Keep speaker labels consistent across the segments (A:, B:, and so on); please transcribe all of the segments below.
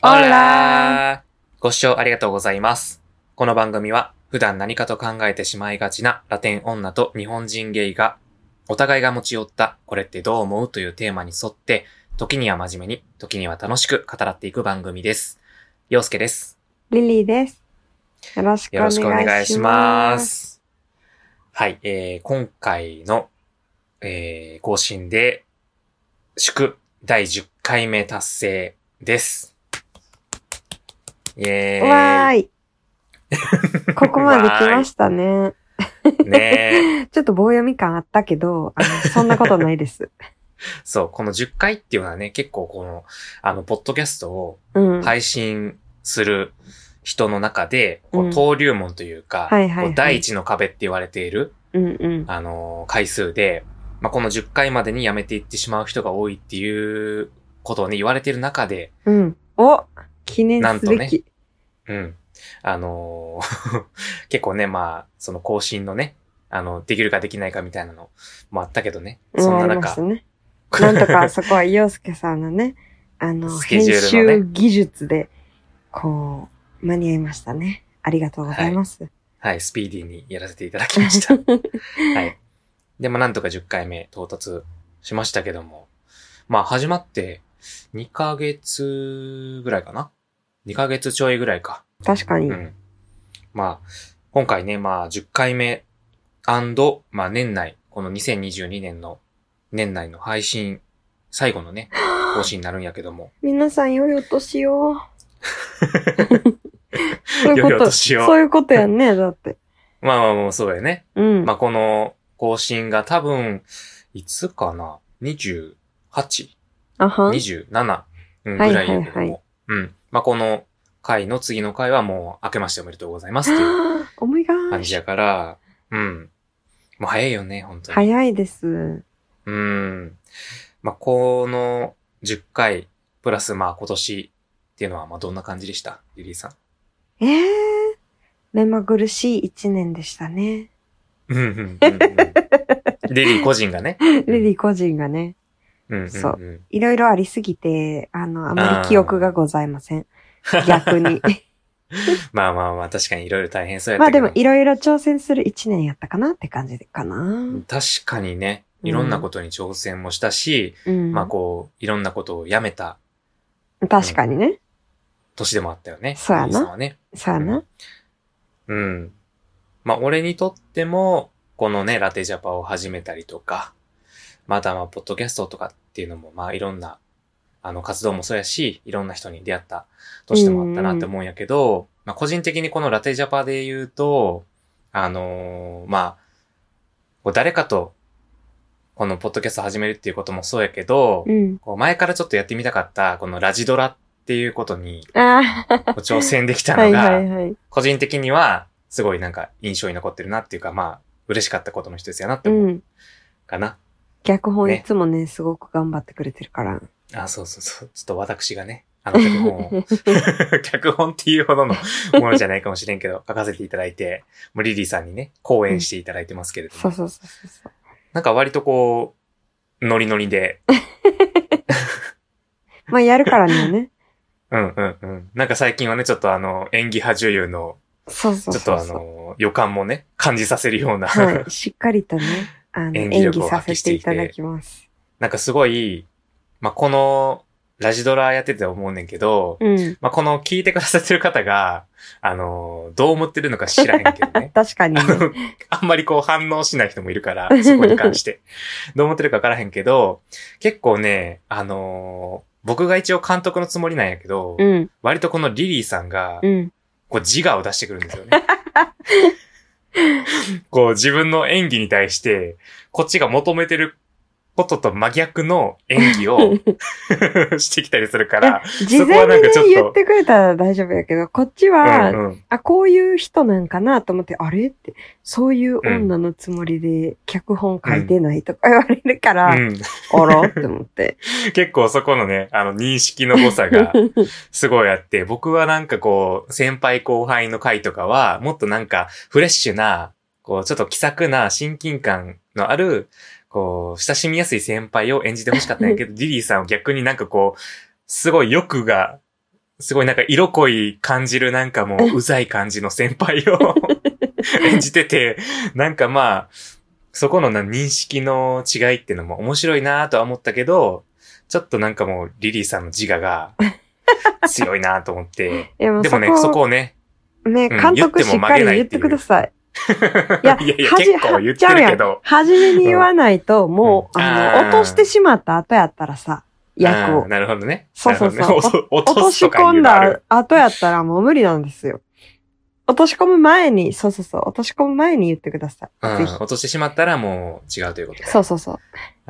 A: ほ
B: ほ
A: ら
B: らご視聴ありがとうございます。この番組は普段何かと考えてしまいがちなラテン女と日本人ゲイがお互いが持ち寄ったこれってどう思うというテーマに沿って時には真面目に時には楽しく語らっていく番組です。陽介です。
A: リリーです。よろしく
B: よろし
A: お
B: くお願
A: 願い
B: い
A: し
B: し
A: ま。
B: ますす。はい、えー、今回の、えー、更新で祝第10回目達成です。イェーイ。
A: わー い。ここまで来ましたね。
B: ねえ。
A: ちょっと棒読み感あったけど、あのそんなことない です。
B: そう、この10回っていうのはね、結構この、あの、ポッドキャストを
A: うん。
B: 配信する人の中で、こう
A: うん
B: 登竜門というか、
A: はいはいはい
B: こう第一の壁って言われている、
A: うんうん。
B: あのー回数で、まあ、この10回までにやめていってしまう人が多いっていうことをね、言われている中で、
A: うん。お記念
B: なん
A: す
B: と
A: べ
B: ね
A: き。
B: うん。あのー 結構ね、まあ、その更新のね、あの、できるかできないかみたいなのもあったけどね。そん
A: う
B: なん
A: ありまし
B: 中
A: た、 ね。なんとかそこは洋介さんのね、あの、
B: スケ
A: 編
B: ジュールのね
A: 集技術で、こう、間に合いましたね。ありがとうございます。
B: はい、スピーディーにやらせていただきました。はい。で、まあ、なんとか10回目到達しましたけども、まあ、始まって2ヶ月ぐらいかな ?2 ヶ月ちょいぐらいか。
A: 確かに
B: う。ん。まあ、今回ね、まあ、10回目まあ、年内、この2022年の年内の配信、最後 のね、更新になるんやけども。
A: 皆さん、良いお年 を。そういう
B: 良いお
A: こと、
B: 年を
A: そういうことやんね、だって。
B: まあまあもうそうだよね。
A: うん。
B: まあ、この更新が多分、いつかな ?28?
A: あはん。
B: 27、うん、ぐ
A: はい
B: らいやけども。
A: はいはい
B: うん。まあ、この回の次の回はもう明けましておめでとうございますっていう
A: おまいが
B: 感じやから、うん。もう早いよね、本当に。
A: 早いです。
B: うん。まあ、この10回、プラスまあ今年っていうのはまあどんな感じでしたリリーさん。
A: ええ目まぐるしい一年でしたね。
B: うんうんうん うんリリー個人がね。
A: レディ個人がね、
B: うんうんうん。
A: そいろいろありすぎて、あの、あま
B: あ
A: り
B: ー
A: 記憶がございません。 逆に。
B: まあまあまあ、確かにいろいろ大変そうやっ
A: まあ
B: たけ
A: で
B: ど。
A: も、いろいろ挑戦する一年やったかなって感じかな。
B: 確かにね、いろんなことに挑戦もしたし、
A: うん。
B: まあこう、いろんなことをやめた
A: 確かにね。
B: 年でもあったよね。
A: そうやな
B: リリーさんはね。
A: そうやな。
B: うん。まあ、俺にとっても、このね、ラテジャパを始めたりとか、またまあ、ポッドキャストとかっていうのも、まあ、いろんな、あの、活動もそうやし、いろんな人に出会った年でもあったなって思うんやけど、まあ、個人的にこのラテジャパで言うと、あのーまあ、こう誰かと、このポッドキャスト始めるっていうこともそうやけど、
A: うん。
B: こう前からちょっとやってみたかった、このラジドラっていうことに、
A: あ
B: こう挑戦でき
A: あ、
B: た
A: は
B: の
A: い
B: が、
A: はいはい。
B: 個人的には、すごいなんか印象に残ってるなっていうか、まあ、嬉しかったことの一つやなって
A: う。
B: 思うんかな。
A: 脚本
B: ね
A: いつもね、すごく頑張ってくれてるから。
B: あ、そうそうそう。ちょっと私がね、あの脚 本を、脚本っていうほどのものじゃないかもしれんけど、書かせていただいて、もうリリーさんにね、講演していただいてますけれども、
A: そうそうそうそうそう。
B: なんか割とこう、ノリノリで、
A: まあ、やるからにはね。
B: うんうんうん。なんか最近はね、ちょっとあの、演技派女優の、
A: そうそう
B: ち
A: そ
B: ょ
A: う
B: っ
A: そう。
B: とあの、予感もね、感じさせるような、
A: はい、しっかりとね、あの、
B: 演
A: 演
B: 技
A: 技
B: 力を
A: さ
B: 発揮
A: せ
B: して
A: て
B: い
A: い
B: て
A: ただきます。
B: なんかすごい、まあ、この、ラジドラやってて思うねんけど、
A: うん。
B: まあ、この聞いてくださってる方が、あのーどう思ってるのか知らへんけ どね。
A: 確かにね
B: あ。の あんまりこう反応しない人もいる から、そこに関して。どう思ってるかわからへんけど、結構ね、あのー僕が一応監督のつもりなんやけど、
A: うん、
B: 割とこのリリーさんが
A: う、ん。
B: こう自我を出してくるんですよ ね。こう自分の演技に対して、こっちが求めてることと真逆の演技 を してきたりするから、
A: 事
B: そこ
A: 前
B: はなん
A: に
B: か
A: ね
B: ちょっと、
A: 言ってくれたら大丈夫やけど、こっちは、
B: うんうん
A: あ、こういう人なんかなと思って、あれって、そういう女のつもりで脚本書いてないとか言われるから、
B: うん、
A: あらって思 って。
B: 結構そこのね、あの、認識の誤差がすごいあって、僕はなんかこう、先輩後輩の会とかは、もっとなんかフレッシュな、こう、ちょっと気さくな親近感のある、こう、親しみやすい先輩を演じてほしかったんやけど、リリーさんは逆になんかこう、すごい欲がすごいなんか色濃い感じるなんかもううざい感じの先輩を 演じてて、なんかまあ、そこのな認識の違いっていうのも面白いなとは思ったけど、ちょっとなんかもうリリーさんの自我が強いなと思って、
A: いや もう
B: で
A: そこ
B: もね、そこをね、
A: ね、
B: うん
A: 監督しっかり言ってください。いや、
B: いやいや
A: 恥
B: 結構言ってるけど。
A: はじめに言わないと、もう、
B: うん
A: あ
B: あ
A: の、
B: ー
A: 落としてしまった後やったらさ、役
B: あ
A: を
B: ー。なるほどね。
A: そうそうそう
B: なるほどね落と
A: 落とし
B: とか
A: 込
B: 言
A: ん
B: うのあ
A: だ
B: る
A: 後やったらもう無理なんですよ。落とし込む前に、そうそうそう、落とし込む前に言ってくださ
B: う
A: い。
B: ん
A: ぜ
B: 落としてしまったらもう違うということ
A: ひ。
B: で。
A: そうそうそ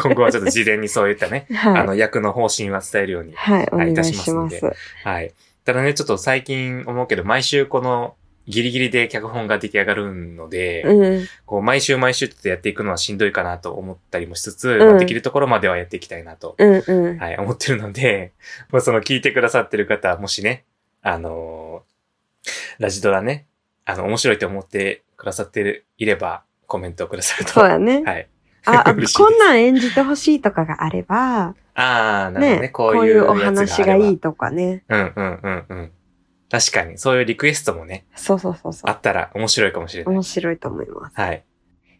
B: 今後はちょっと事前にそういったね、
A: う。
B: あ
A: はい。
B: の、役の方針は伝えるように。
A: はい、お
B: は
A: 願
B: いいた
A: い
B: します
A: し
B: ん
A: ま。
B: ですはい。ただね、ちょっと最近思うけど、毎週このギリギリで脚本が出来上がるので、
A: うん。
B: こう、毎週毎週ちょっとやっていくのはしんどいかなと思ったりもしつつ、
A: ん
B: まあできるところまではやっていきたいなと、
A: うんうん。
B: はい、思ってるので、 まあ、その聞いてくださってる方、もしね、あのーラジドラね、あの、面白いと思ってくださってるいれば、コメントをくださると。
A: そうやね。
B: はい。
A: あ、あ
B: 嬉しいです
A: こんなん演じてほしいとかがあれば、
B: ああ、なるほどね。
A: ね、
B: こ
A: こ
B: う
A: う
B: い
A: いううお
B: やつ
A: 話
B: があ
A: が
B: れば
A: いいとかね。
B: うんうんうんうん。確かに、そういうリクエストもね、
A: そうそうそうそ
B: あ
A: う。
B: ったら面白いかもしれない。
A: 面白いと思います。
B: はい。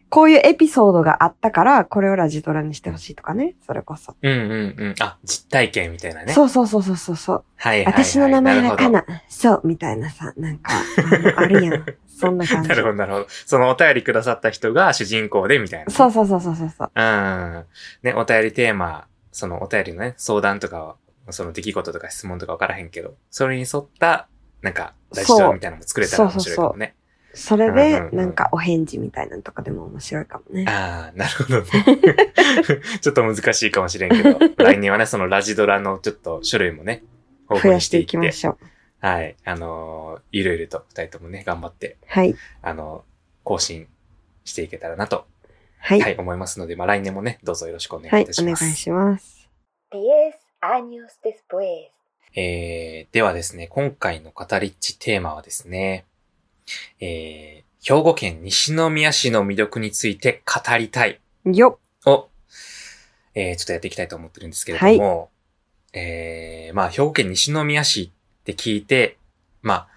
A: こういうエピソードがあったから、これをラジドラにしてほしいとかね。それこそ。
B: うんうんうん。あ、実体験みたいなね。
A: そうそうそうそうそうそう。
B: はいはい、はい。
A: 私の名前はか
B: なる
A: な、そう、みたいなさ、なん か、あのあるやん。そんな感
B: ほ
A: じ
B: ど。な。るほど、なるほど。そのお便りくださった人が主人公で、みたいな。。
A: そううそうそうそうそうそう。
B: うん。ね、お便りテーマ、そのお便りのね、相談とかは、その出来事とか質問とかわからへんけど、それに沿った、なんか、ラジドラみたいなのも作れたら面白いかもね。
A: それ
B: うんうん
A: で、
B: うん
A: なんかお返事みたいなのとかでも面白いかもね。
B: ああ、なるほどね。 ちょっと難しいかもしれんけど、来年はね、そのラジドラのちょっと種類もね、豊
A: 増
B: 富
A: や
B: に
A: し
B: しててい
A: い
B: っ
A: き
B: て、
A: ましょう。
B: はい、あのーいろいろと二人ともね、頑張って、
A: はい。
B: あのー更新していけたらなと、
A: は
B: はい、
A: い。
B: 思いますので、まあ来年もね、どうぞよろしくお願
A: はい
B: い
A: い
B: た、
A: お
B: し
A: 願い
B: ます。
A: します。
C: 10 años después.
B: えー、ではですね、今回の語りっちテーマはですね、えー、兵庫県西宮市の魅力について語りたい
A: よ
B: を、えーちょっとやっていきたいと思ってるんですけれども、えーまあ、兵庫県西宮市って聞いて、まあ、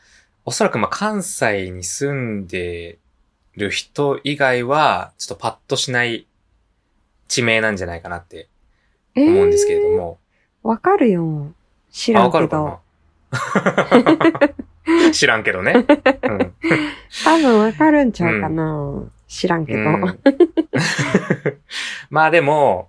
B: おそらくまあ、関西に住んでる人以外は、ちょっとパッとしない地名なんじゃないかなって
A: え
B: 思うん
A: ー
B: ですけれども。
A: わかるよ。知
B: あ、
A: ら
B: わ
A: ん
B: か
A: け
B: る
A: ど
B: か。な 知らんけどね。うん
A: 多分わかるんちゃうかな。知らんけど。
B: うん まあでも、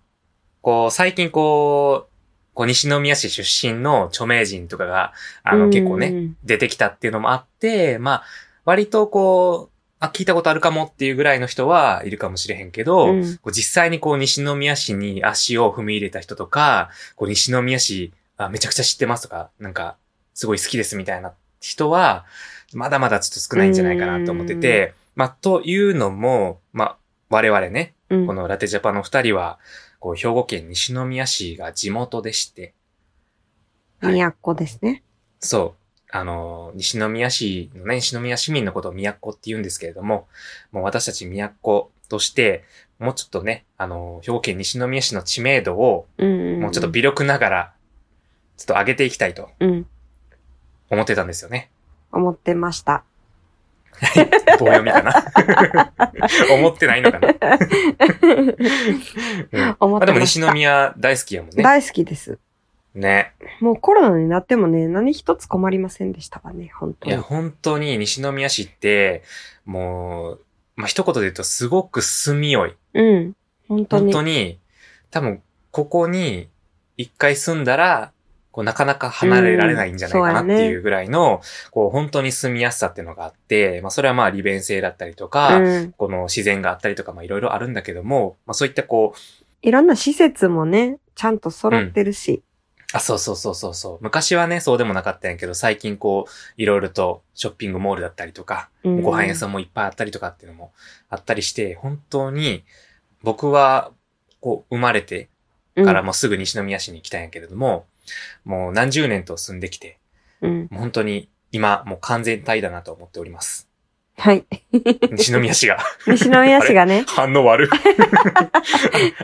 B: こう、最近こう、こう西宮市出身の著名人とかが、あの、結構ね、
A: ね。
B: 出てきたっていうのもあって、まあ、割とこう、あ、聞いたことあるかもっていうぐらいの人はいるかもしれへんけど、
A: うん
B: こう実際にこう、西宮市に足を踏み入れた人とか、こう、西宮市、あ、めちゃくちゃ知ってますとか、なんか、すごい好きですみたいな人は、まだまだちょっと少ないんじゃないかなと思ってて、まあ、というのも、まあ、我々ね、
A: うん
B: このラテジャパの二人は、こう、兵庫県西宮市が地元でして、はい
A: 都ですね。
B: そう。あの、西宮市のね、西宮市民のことを都って言うんですけれども、もう私たち都として、もうちょっとね、あの、兵庫県西宮市の知名度を、
A: うん。
B: もうちょっと微力ながら、ちょっと上げていきたいと
A: うん。
B: 思ってたんですよね。
A: 思ってました。
B: 棒読みかな 思ってないのかな、うん
A: 思
B: ま
A: っ
B: あ
A: て
B: でも
A: ま
B: 西
A: した。
B: 宮大好きやもんね。
A: 大好きです。
B: ね。
A: もうコロナになってもね、何一つ困りませんでしたわね、本当
B: いや、
A: に。
B: 本当に西宮市って、もう、まあ、一言で言うとすごく住みよい。
A: うん。本当
B: 本
A: に。
B: 当に、多分、ここに一回住んだら、こう、なかなか離れられないんじゃないかなっ
A: うんそう
B: て
A: や
B: い
A: ね
B: うぐらいの、こう、本当に住みやすさっていうのがあって、まあ、それはまあ、利便性だったりとか、
A: うん。
B: この自然があったりとか、まあ、いろいろあるんだけども、まあ、そういったこう、
A: いろんな施設もね、ちゃんと揃ってるし。
B: あ、そうそうそうそうそう。昔はね、そうでもなかったんやけど、最近こう、いろいろとショッピングモールだったりとか、
A: うん
B: ご飯屋さんもいっぱいあったりとかっていうのもあったりして、本当に僕はこう生まれてからもうすぐ西宮市に来たんやけれども、もう何十年と住んできて、
A: うん。うん
B: もう本当に今もう完全体だなと思っております。
A: はい。
B: 西宮市が。
A: 西宮市が ね。
B: 反 応悪い。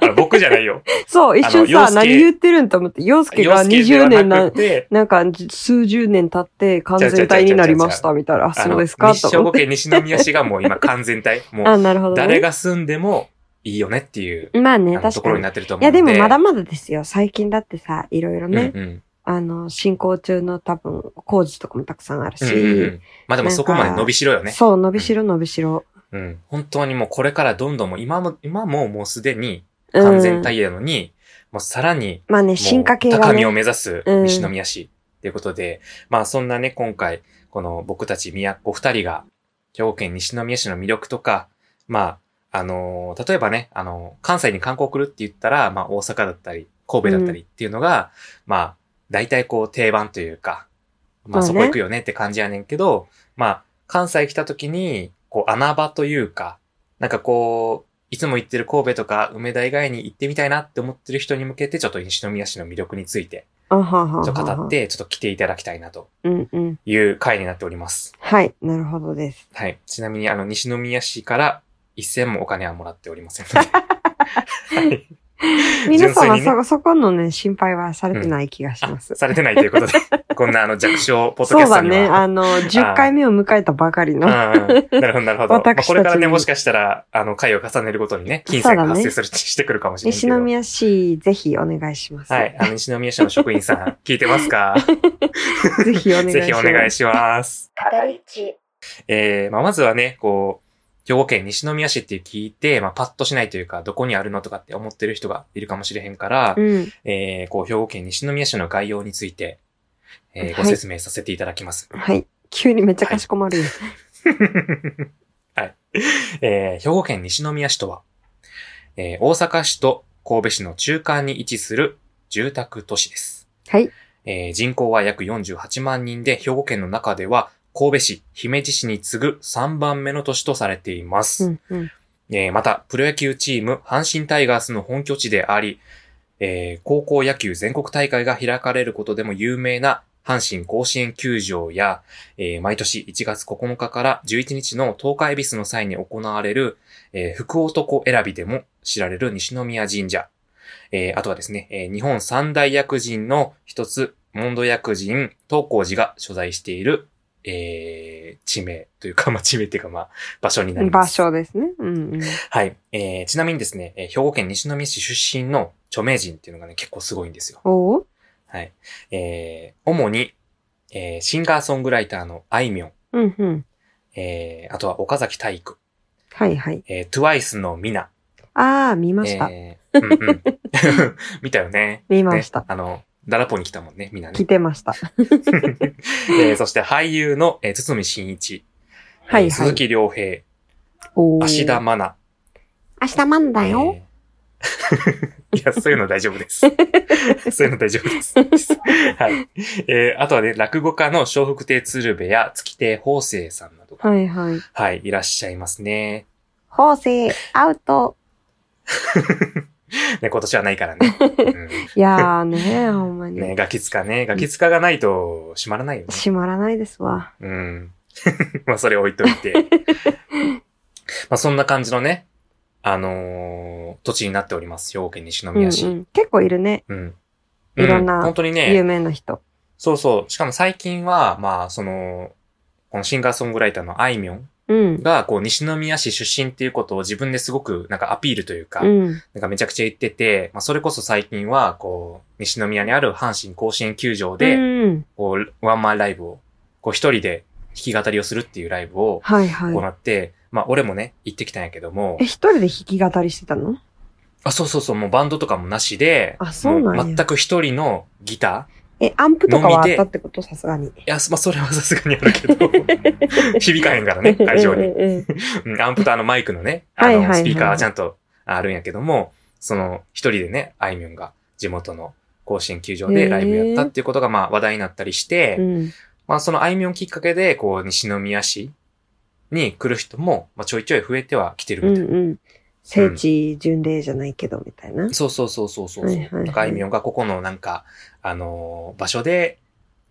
B: あの僕じゃないよ。
A: そう、一瞬
B: あ
A: さ、
B: の
A: 何言ってるんと思って、洋介が20年
B: な
A: な
B: く、て、
A: なんか数十年経って完全体になりました、みたいな。あ、
B: あ
A: そ
B: の
A: うですか
B: 日
A: と
B: 照
A: 思
B: 五
A: って。
B: 県西宮市がもう今完全体。も
A: あ、なるほ
B: う、
A: ど、ね。
B: 誰が住んでもいいよねっていう、
A: まあ
B: あ
A: ね、
B: のと
A: 確
B: こ
A: か
B: ろ
A: に。
B: に
A: い
B: なってると思う
A: や、
B: ので。
A: でもまだまだですよ。最近だってさ、いろいろね、
B: うんうん
A: あの、進行中の多分、工事とかもたくさんあるし、
B: うんうんうんまあでもそこまで伸びしろよね。
A: そう、伸びしろ伸びしろ。
B: うん。本当にもうこれからどんどんもう今も、今ももうすでに
A: うん
B: 完全体なのに、もうさらに
A: まあね、
B: も
A: 進化系
B: う
A: が
B: 高みを
A: ね。
B: 目指す
A: うん
B: 西宮市ということで、まあそんなね、今回、この僕たち宮っ子二人が、兵庫県西宮市の魅力とか、まあ、あのー例えばね、あのー関西に観光来るって言ったら、まあ大阪だったり、神戸だったりっていうのが、まあ、大体こう定番というか、まあ
A: そ
B: そう
A: ね
B: こ行くよねって感じやねんけど、まあ、関西来た時に、こう穴場というか、なんかこう、いつも行ってる神戸とか梅田以外に行ってみたいなって思ってる人に向けて、ちょっと西宮市の魅力について、
A: あはは
B: ちょっと
A: は
B: 語っ。て、ちょっと来ていただきたいなと
A: うんうん。
B: いう回になっております。
A: はい、なるほどです。
B: はい。ちなみに、あの、西宮市から一銭もお金はもらっておりませんので。はい
A: 皆さんは
B: 純粋
A: そ、
B: に
A: そこのね、心配はされてない気がし
B: あ
A: ます。
B: されてないということで、こんなあの弱小ポッド
A: そ
B: キャ
A: う
B: スト
A: だ
B: には。
A: ね、あの、10回目を迎えたばかりの。
B: うんなるほど、な るほど。まあ、
A: 私たち
B: これからね、もしかしたら、あの、回を重ねるごとにね、金銭が発生する、してくるかもしれないけ
A: 西
B: ど。
A: 宮市、ぜひお願いします。
B: はい。あの、西宮市の職員さん、聞いてますか
A: ぜひお願いします。
B: ぜひお願いします。
C: 語り地
B: えー、まあ、まずはね、こう、兵庫県西宮市って聞いて、まあ、パッとしないというか、どこにあるのとかって思ってる人がいるかもしれへんから、
A: うん。
B: えー、こう、兵庫県西宮市の概要について、えー
A: は
B: ご
A: い
B: 説明させていただきます。
A: はい。急にめっちゃかしこまるよ。
B: はい。えー、兵庫県西宮市とは、えー、大阪市と神戸市の中間に位置する住宅都市です。
A: はい。
B: えー人口は約48万人で、兵庫県の中では神戸市、姫路市に次ぐ3番目の都市とされています。
A: うんうん。
B: えーまた、プロ野球チーム、阪神タイガースの本拠地であり、えー高校野球全国大会が開かれることでも有名な阪神甲子園球場や、えー毎年1月9日から11日の東海ビスの際に行われる、えー福男選びでも知られる西宮神社。えーあとはですね、えー日本三大薬人の一つ、問答薬人東光寺が所在している、えー地名というか、まあ、地名っていうか、まあ、場所になりま
A: 場
B: す。
A: 所ですね。うんうん。
B: はい。えー、ちなみにですね、えー兵庫県西宮市出身の著名人っていうのがね、結構すごいんですよ。
A: おう
B: はい。えー、主に、えー、シンガーソングライターのあいみょん、
A: うんうん。
B: えー、あとは岡崎体育、
A: はいはい。
B: えー、トゥワイスのみな、
A: ああ、見ました。
B: えー、うんうん。 見たよね。
A: 見ました
B: ねあの、ダラポに来たもんね、みな
A: 来
B: ね。
A: てました。
B: えー、そして俳優の、えー、堤真一、えー
A: はいはい
B: 鈴木亮平、
A: おー
B: 芦田愛菜、
A: 明日マンだよ。
B: えー いや、そういうの大丈 夫です。そういうの大丈夫です。 はい。えーあとはね、落語家の笑福亭鶴瓶や月亭方正さんなどが、
A: はいはい。
B: はい、いらっしゃいますね。
A: 法制、アウト。
B: ね、今年はないからね。うん
A: いやーね、ほんまに。
B: ね、ガキ使ね、ガキ使がないと閉まらないよね。
A: 閉まらないですわ。
B: うん。 まあ、それ置いとい て。まあ、そんな感じのね、あのー土地になっております。兵庫県西
A: うんう
B: 宮
A: ん、
B: 市。
A: 結構いるね。
B: うん。
A: いろんな
B: う本当にね、
A: 有名な人。
B: そうそう。しかも最近は、まあ、その、このシンガーソングライターのあいみょん
A: うん。
B: が、こう、西宮市出身っていうことを自分ですごく、なんかアピールというか、
A: うん。
B: なんかめちゃくちゃ言ってて、まあ、それこそ最近は、こう、西宮にある阪神甲子園球場で、
A: うん、
B: こう、ワンマンライブを、こう、一人で弾き語りをするっていうライブを
A: はいはい
B: 行。って、まあ、俺もね、行ってきたんやけども
A: え、、一人で弾き語りしてたの
B: あ、そうそうそう、もうバンドとかもなしで、
A: あそうなんや
B: も全く一人のギター、
A: え、アンプとかはあ
B: 飲み
A: っ
B: で
A: たってことさすがに。
B: いや、まあ、それはさすがにあるけど、 響かへんからね、会場に。
A: うんうんうん
B: うんアンプとあのマイクのね、あ
A: はいはい
B: の、
A: はい
B: スピーカーはちゃんとあるんやけども、その、一人でね、あいみょんが地元の甲子園球場
A: へ
B: で
A: ー
B: ライブやったっていうことが、まあ、話題になったりして、
A: うん。
B: まあ、そのあいみょんきっかけで、こう、西宮市に来る人も、まあ、ちょいちょい増えては来てる
A: う
B: み
A: ん
B: たいな。
A: うん。聖地巡礼じゃないけど、みたいな。
B: そうそうそうそうそう。
A: はいはいはい
B: なんかあいみょんがここのなんか、あのー場所で、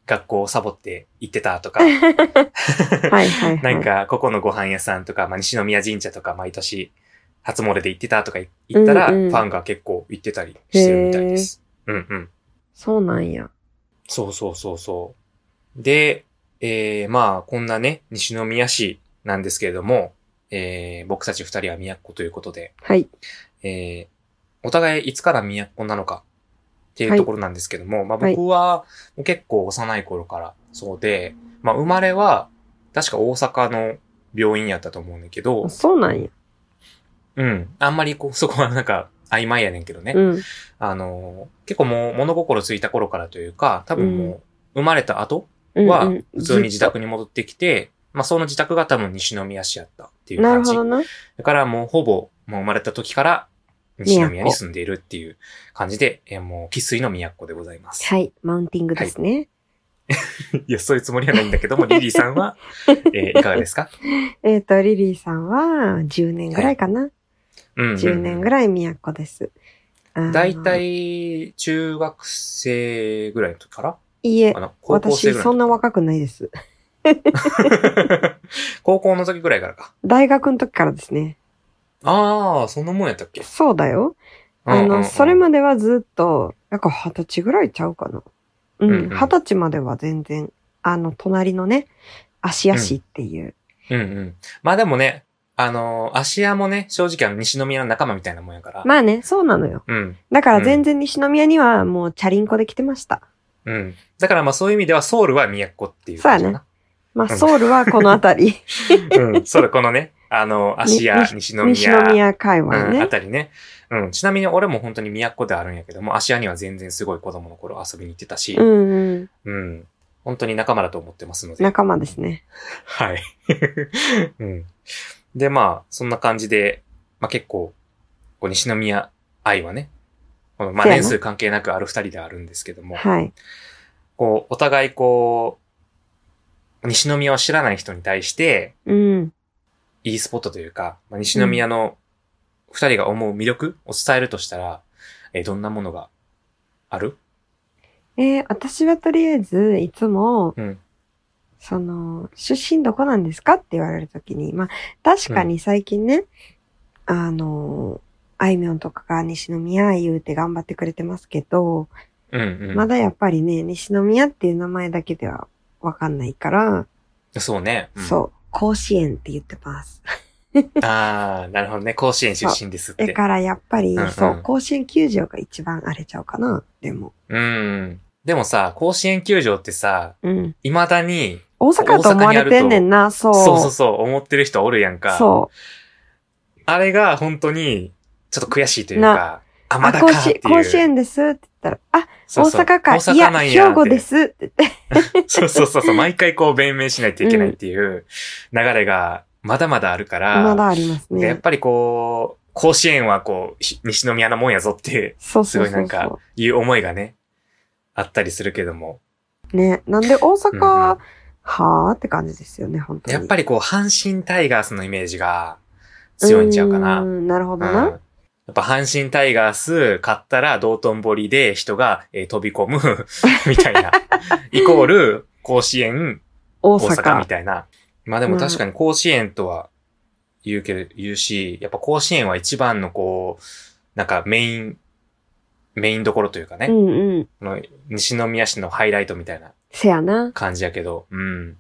B: 学校をサボって行ってた とか、
A: はいはい、はい。
B: なんか、ここのご飯屋さんとか、まあ、西宮神社とか、毎年、初詣で行ってたとか言ったら、
A: うんうん
B: ファンが結構行ってたりしてるみたいです。うんうん。
A: そうなんや。
B: そうそうそうそう。で、えー、まあ、こんなね、西宮市なんですけれども、えー、僕たち二人は都ということで、
A: はい。
B: えー、お互いいつから都なのかっていうところなんですけども、まあ僕はもう結構幼い頃からそうで、まあ生まれは確か大阪の病院やったと思うんだけど
A: あ、そうなんや。
B: うん。あんまりこう、そこはなんか曖昧やねんけどね。
A: うん。
B: あのー、結構もう物心ついた頃からというか、多分
A: う
B: もう生まれた後
A: うん
B: は
A: うん
B: 普通に自宅に戻ってきて、まあその自宅が多分西宮市やったっていう
A: なる
B: 感
A: ほ
B: じ
A: ど。な。
B: だからもうほぼ、もう生まれた時から西宮に住んでいるっていう感じで、えーもう生粋の都でございます。
A: はい。マウンティングですね。
B: いや、そういうつもりはないんだけども、リリーさん は、えーいかがですか
A: えっ、と、リリーさんは10年ぐらいかな。
B: うんうん、
A: 10年ぐ
B: らい。
A: らい都です。
B: だいた
A: い。
B: い中学生ぐらいの時から
A: いいえ
B: か、な高校生
A: 私
B: ぐらい
A: そん
B: の
A: な若くないです。
B: 時 高校の時ぐらいからか。
A: 大学の時からですね。
B: ああ、そんなもんやったっけ
A: そうだよ。あの、
B: うんうんうん
A: それまではずっと、なんか二十歳ぐらいちゃうかな。う
B: うんうん
A: ん、二十歳までは全然、あの、隣のね、芦屋市っていう。
B: うんうん。まあでもね、あのー、芦屋もね、正直あの、西宮の仲間みたいなもんやから。
A: まあね、そうなのよ。
B: うん。
A: だから全然西宮にはもうチャリンコで来てました。
B: うん。だからまあそういう意味ではソウルは都っていう感じかな。
A: まあ、
B: うん
A: ソウルはこの辺り。
B: うん。それこのね、あの、芦屋、 西宮。
A: 西宮界隈
B: うん、あ
A: ね。
B: たりね。うん。ちなみに俺も本当に都であるんやけども、芦屋には全然すごい子供の頃遊びに行ってたし、
A: う
B: うん。
A: んうん。
B: 本当に仲間だと思ってますので。
A: 仲間ですね。
B: はい。 うん。で、まあ、そんな感じで、まあ結構、こう西宮愛はね、このまあ
A: せやな
B: 年数関係なくある二人であるんですけども、
A: はい。
B: こう、お互いこう、西宮を知らない人に対して、
A: うん。
B: いいスポットというか、まあ、西宮の二人が思う魅力を伝えるとしたら、えーどんなものがある
A: えー私はとりあえず、いつも、
B: うん。
A: その、出身どこなんですかって言われるときに、まあ、確かに最近ね、あの、あいみょんとかが西宮言うて頑張ってくれてますけど、
B: うんうん。
A: まだやっぱりね、西宮っていう名前だけではわかんないから、
B: そうね。
A: そう、甲子園って言ってます。
B: うん。ああ、なるほどね。甲子園出身ですっ
A: だ
B: て。
A: からやっぱり、
B: うんうん
A: そう、甲子園球場が一番荒れちゃうかな、でも。
B: うん。でもさ、甲子園球場ってさ、
A: うん。
B: 未だに、
A: 大阪と思われてんねんな、そう。
B: そうそうそう、思ってる人おるやんか。
A: そう
B: あれが本当に、ちょっと悔しいというか、あ、ま
A: あ、
B: だか
A: 甲
B: ってい
A: 子
B: う。
A: 甲子園ですって言ったら、あ、
B: そうそ
A: 大
B: う、
A: 阪
B: 大
A: か。い
B: 阪なん
A: や、
B: や
A: 兵庫で
B: って。
A: すって言って。
B: そうそうそ うそう、毎回こう弁明しないといけないっていう流れが、まだまだあるから、
A: まだあります
B: でやっ
A: ね。
B: ぱりこう、甲子園はこう、し西宮のもんやぞって
A: そう
B: す
A: そう
B: ご
A: そう
B: いなんか
A: そ
B: いう思いがね、あったりするけども。
A: う。ね、なんで大阪、
B: うんうん
A: はぁって感じですよね、本当に。
B: やっぱ
A: り
B: りこう、阪神タイガースのイメージが強いんちゃうかな。
A: なるほど
B: うん
A: な。
B: やっぱ阪神タイガース買ったら道頓堀で人が、えー飛び込 むみたいな。イコール甲子園
A: 大
B: 大
A: 阪。
B: 阪みたいな。まあでも確かに甲子園とは言うけど、言うし、やっぱ甲子園は一番のこう、なんかメイン、メインどころというかね、
A: うんうん。
B: この西宮市のハイライトみたいな
A: せやな。
B: 感じやけど、うん。で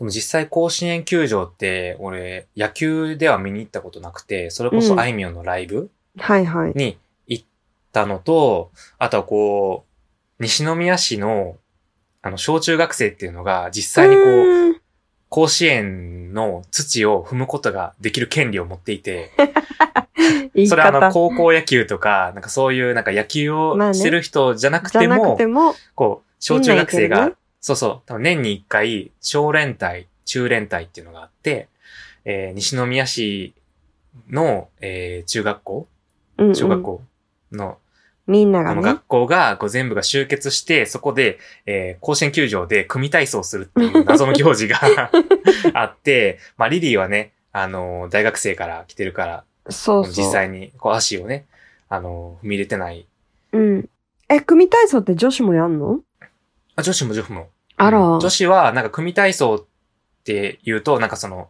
B: も実際甲子園球場って、俺、野球では見に行ったことなくて、それこ
A: うん
B: そあいみょんのライブ、
A: はいはい。
B: に行ったのと、あとはこう、西宮市の、あの、小中学生っていうのが、実際にこう、
A: うーん
B: 甲子園の土を踏むことができる権利を持っていて、
A: 言い
B: それはあの、
A: 方。
B: 高校野球とか、なんかそういうなんか野球を
A: まあね
B: してる人じゃなく
A: じゃ
B: て
A: な
B: も、
A: くても、
B: こう、小中学生
A: みんな行ける
B: が
A: ね、
B: そうそう、多分年に一回、小連隊、中連隊っていうのがあって、えー西宮市の、えー中学校、
A: うんうん
B: 小学校の、
A: みんな
B: あ
A: が
B: の
A: ね。
B: 学校がこう全部が集結して、そこで、えー甲子園球場で組体操するって いう謎の行事が あって、まあリリーはね、あのー大学生から来てるから、
A: そうそう。
B: 実際にこう足をね、あのー踏み入れてない。
A: うん。え、組体操って女子もやんの
B: あ、女子も女子も。
A: あら。
B: 女子は、なんか組体操って言うと、なんかその、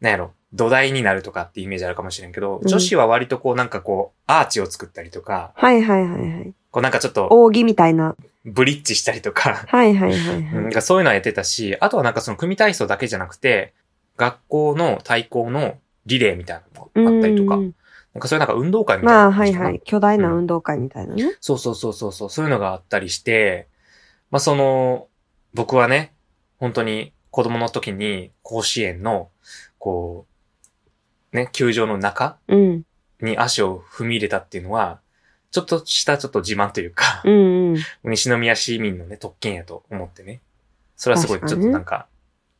B: なんやろ、土台になるとかってイメージあるかもしれんけど、
A: うん
B: 女子は割とこうなんかこう、アーチを作ったりとか、
A: はいはいはいはい。
B: こうなんかちょっと
A: 扇みたいな。
B: ブリッジしたりとか、
A: はいはいはい
B: うんな
A: は
B: ん
A: い。
B: かそういうのはやってたし、あとはなんかその組体操だけじゃなくて、学校の対抗のリレーみたいなのもあったりとか、
A: う
B: なん
A: うんん
B: かそういうなんか運動会みたい
A: ま
B: な
A: あ
B: 感
A: は
B: じ
A: い
B: かな。
A: はい。巨大な運動会みたいなね。
B: そうそうそうそうそう、そういうのがあったりして、まあその、僕はね、本当に子供の時に甲子園の、こう、ね、球場の中
A: うん。
B: に足を踏み入れたっていうのは、ちょっとしたちょっと自慢というか、
A: うんうん。
B: 西宮市民のね、特権やと思ってね。それはすごい、ちょっ
A: 確
B: と
A: かに
B: なんか、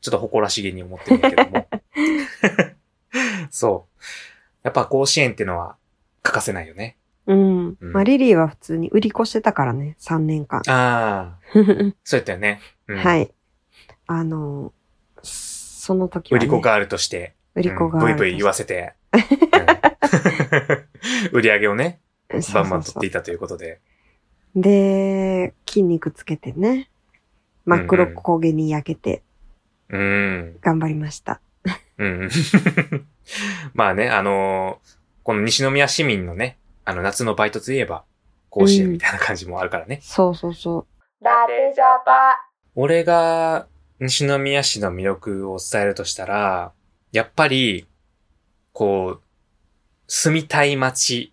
B: ちょっと誇らしげに思ってるんだけども。 そう。やっぱ甲子園ってのは欠かせないよね。
A: うん。
B: うん
A: まあリリーは普通に売り越してたからね、3年 間。
B: ああ、そうやったよね。うん
A: はい。あの、その時
B: 売
A: は、ね。
B: り子ガールとして、
A: 売り子が。
B: うんブイブイ言わ せて、うん 売り上げをね、
A: そうそうそう
B: バンバン取っていたということで。
A: で、筋肉つけてね。真っ黒焦げに焼けて
B: うん。
A: 頑張りました。
B: うん。 まあね、あのーこの西宮市民のね、あの夏のバイトといえば、甲子園みたいな感じもあるからね。
A: そうそうそう。
C: ラテジャパ
B: 俺が西宮市の魅力を伝えるとしたら、やっぱり、こう、住みたい街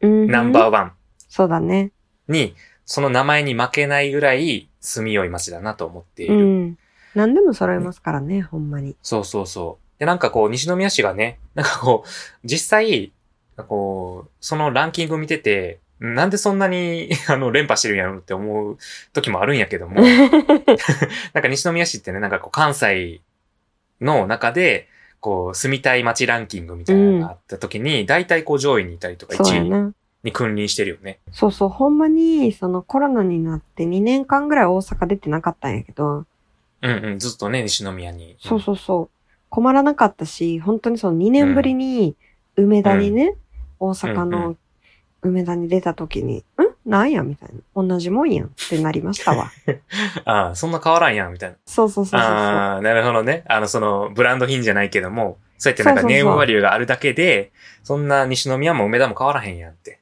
A: うん。
B: ナンバーワン
A: そうだね。
B: に、その名前に負けないぐらい住みよい街だなと思っていうる。
A: ん。何でも揃えますからね、ほんまに。
B: そうそうそう。で、なんかこう、西宮市がね、なんかこう、実際、こう、そのランキング見てて、なんでそんなに、 あの、連覇してるんやろって思う時もあるんやけ ども、なんか西宮市ってね、なんかこう、関西の中で、こう、住みたい街ランキングみたいなのがあった時に、大体こう上位にいたりとか、
A: そうや
B: 1位
A: な。
B: に君臨してるよね。
A: そうそう、ほんまに、そのコロナになって2年間ぐらい大阪出てなかったんやけど、
B: うんうん、ずっとね、西宮に。
A: そうそうそう、困らなかったし、本当にその2年ぶりに梅田にね、大阪
B: うんう
A: の梅田に出た時に、んなんやみたいな。同じもんやんってなりました わ。
B: ああ、そんな変わらんやん、みたいな。
A: そうそうそうそう。
B: ああ、なるほどね。あの、その、ブランド品じゃないけども、そうやってなんか
A: そうそう
B: ネ
A: そ
B: ー
A: う
B: ムバリューがあるだけで、そんな西宮も梅田も変わらへんやんって。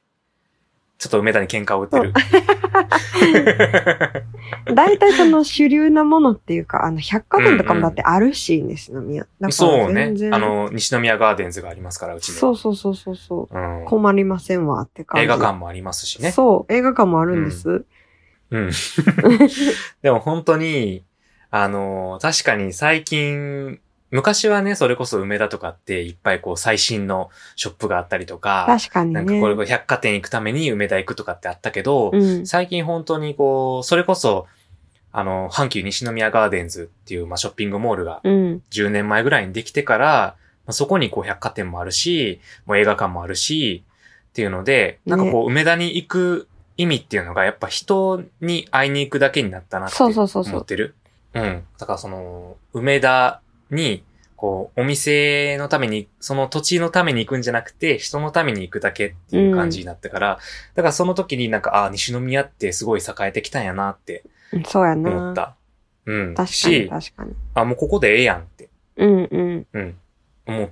B: ちょっと梅田に喧嘩を売ってる。
A: 大体その主流なものっていうか、あの、百貨店とかもだってあるし、西宮。だから
B: そうね
A: 全然。。
B: あの、西宮ガーデンズがありますから、うちには。
A: そうそうそうそうそう。
B: うん、
A: 困りませんわって感じ。
B: 映画館もありますしね。
A: そう、映画館もあるんです。
B: うん。でも本当に、あの、確かに最近、昔はね、それこそ梅田とかっていっぱいこう最新のショップがあったりとか、
A: 確かに
B: な
A: ね。
B: んかこれ百貨店行くために梅田行くとかってあったけど、
A: うん。
B: 最近本当にこう、それこそ、あの、阪急西宮ガーデンズっていう、まあ、ショッピングモールが
A: うん。
B: 10年前ぐらいにできてから、まあ、そこにこう百貨店もあるし、もう映画館もあるし、っていうので、なんかこう、梅田に行く意味っていうのが、やっぱ人に会いに行くだけになったなって
A: そう
B: 思
A: そうそうそう
B: ってる。うん。だからその、梅田に、こう、お店のために、その土地のために行くんじゃなくて、人のために行くだけっていう感じになったから、だからその時になんか、ああ、西宮ってすごい栄えてきたんやなって
A: そうや
B: 思
A: な
B: っ。た。うん。
A: 確かに、
B: し、
A: 確かに。
B: あ、もうここでええやんって。
A: うんうん。
B: うん。思っ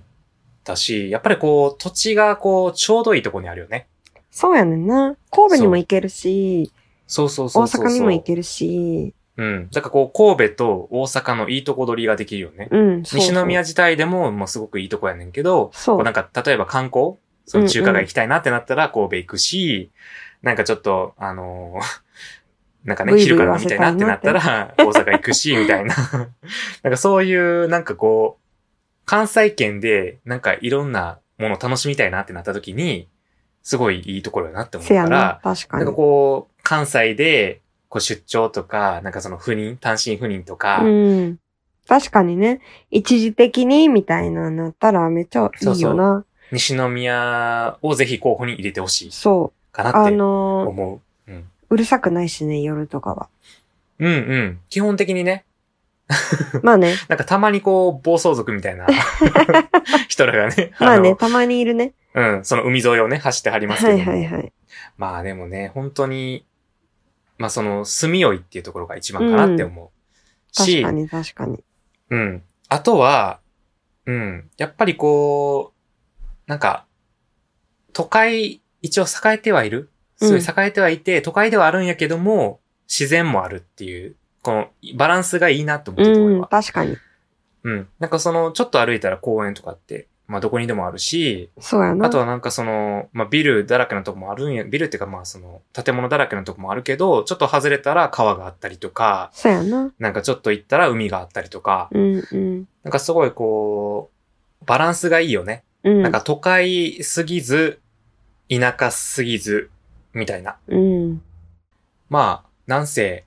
B: たし、やっぱりこう、土地がこう、ちょうどいいとこにあるよね。
A: そうやねんな。神戸にも行けるし、
B: そうそうそ
A: 大
B: うそうそう。
A: 阪にも行けるし、
B: うん。だからこう、神戸と大阪のいいとこ取りができるよね。
A: うん、そうそう
B: 西宮自体でも、もうすごくいいとこやねんけど、
A: そ
B: こう
A: う
B: な。んか、例えば観光その中華街行きたいなってなったら、神戸行くし、なんかちょっと、あのー なんかね、
A: ブイブイ
B: 昼から飲みたいなってなったら、大阪行くし、みたいな。 なんかそういう、なんかこう、関西圏で、なんかいろんなものを楽しみたいなってなった時に、すごいいいところだなって思う
A: せ
B: か
A: やな
B: ら、、
A: 確か
B: なん
A: に
B: か。こう、関西で、こう出張とか、なんかその赴任、単身赴任とか、
A: うん。確かにね、一時的にみたいなのなったらめっちゃいいよな。
B: 西宮をぜひ候補に入れてほしい
A: そう。
B: かなっ
A: あ
B: て
A: のー、
B: 思う。うん
A: うるさくないしね、夜とかは。
B: うんうん。基本的にね、
A: まあ ね、
B: なんかたまにこう、暴走族みた いな人らがね、
A: まあね、
B: の、
A: たまにいるね。
B: うん、その海沿いをね、走ってはります
A: は
B: けど
A: い
B: も。
A: はいはい。
B: まあでもね、本当に、まあその、住みよいっていうところが一番かなって思う。
A: 確
B: し
A: か、に確かに。
B: うん。あとは、うん。やっぱりこう、なんか、都会、一応栄えてはいる。
A: うん
B: そういう栄えてはいて、都会ではあるんやけども、自然もあるっていう、このバランスがいいなと思ってて、俺
A: うん、
B: は。
A: 確かに。
B: うん。なんかその、ちょっと歩いたら公園とかって、まあどこにでもあるし、
A: そうやな。
B: あとはなんかその、まあビルだらけのとこもあるんや、ビルっていうかまあその、建物だらけのとこもあるけど、ちょっと外れたら川があったりとか、
A: そうやな。
B: なんかちょっと行ったら海があったりとか、
A: うんうん。
B: なんかすごいこう、バランスがいいよね。
A: うん。
B: なんか都会すぎず、田舎すぎず、みたいな。
A: うん。
B: まあ、なんせ、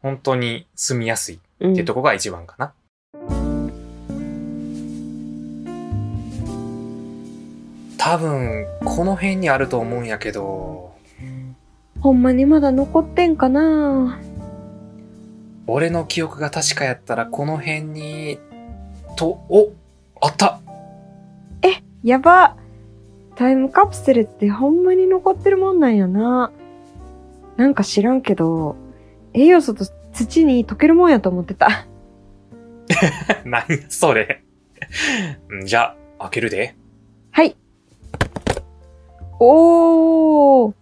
B: 本当に住みやすいっ
A: うん
B: ていうとこが一番かな。多分、この辺にあると思うんやけど、
A: ほんまにまだ残ってんかな
B: 俺の記憶が確かやったらこの辺に、と、お、あった
A: やばタイムカプセルってほんまに残ってるもんなんやな。なんか知らんけど、栄養素と土に溶けるもんやと思ってた。
B: 何やそれ。んじゃあ、開けるで。
A: はい。おー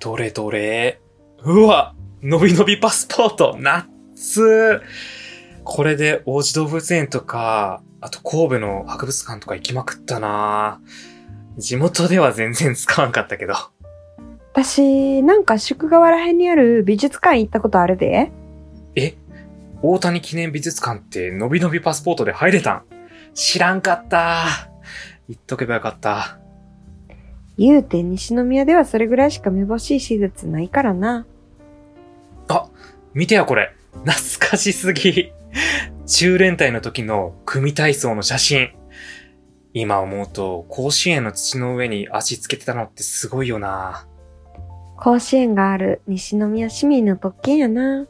B: どれどれ。うわのびのびパスポートナッツこれで王子動物園とか、あと神戸の博物館とか行きまくったな地元では全然使わんかったけど。
A: 私、なんか宿河原辺にある美術館行ったことあるで。
B: え大谷記念美術館ってのびのびパスポートで入れたん知らんかった言っとけばよかった。
A: 言うて西宮ではそれぐらいしかめぼしい施設ないからな。
B: 見てよこれ。懐かしすぎ。中連隊の時の組体操の写真。今思うと、甲子園の土の上に足つけてたのってすごいよな。
A: 甲子園がある西宮市民の特権やな。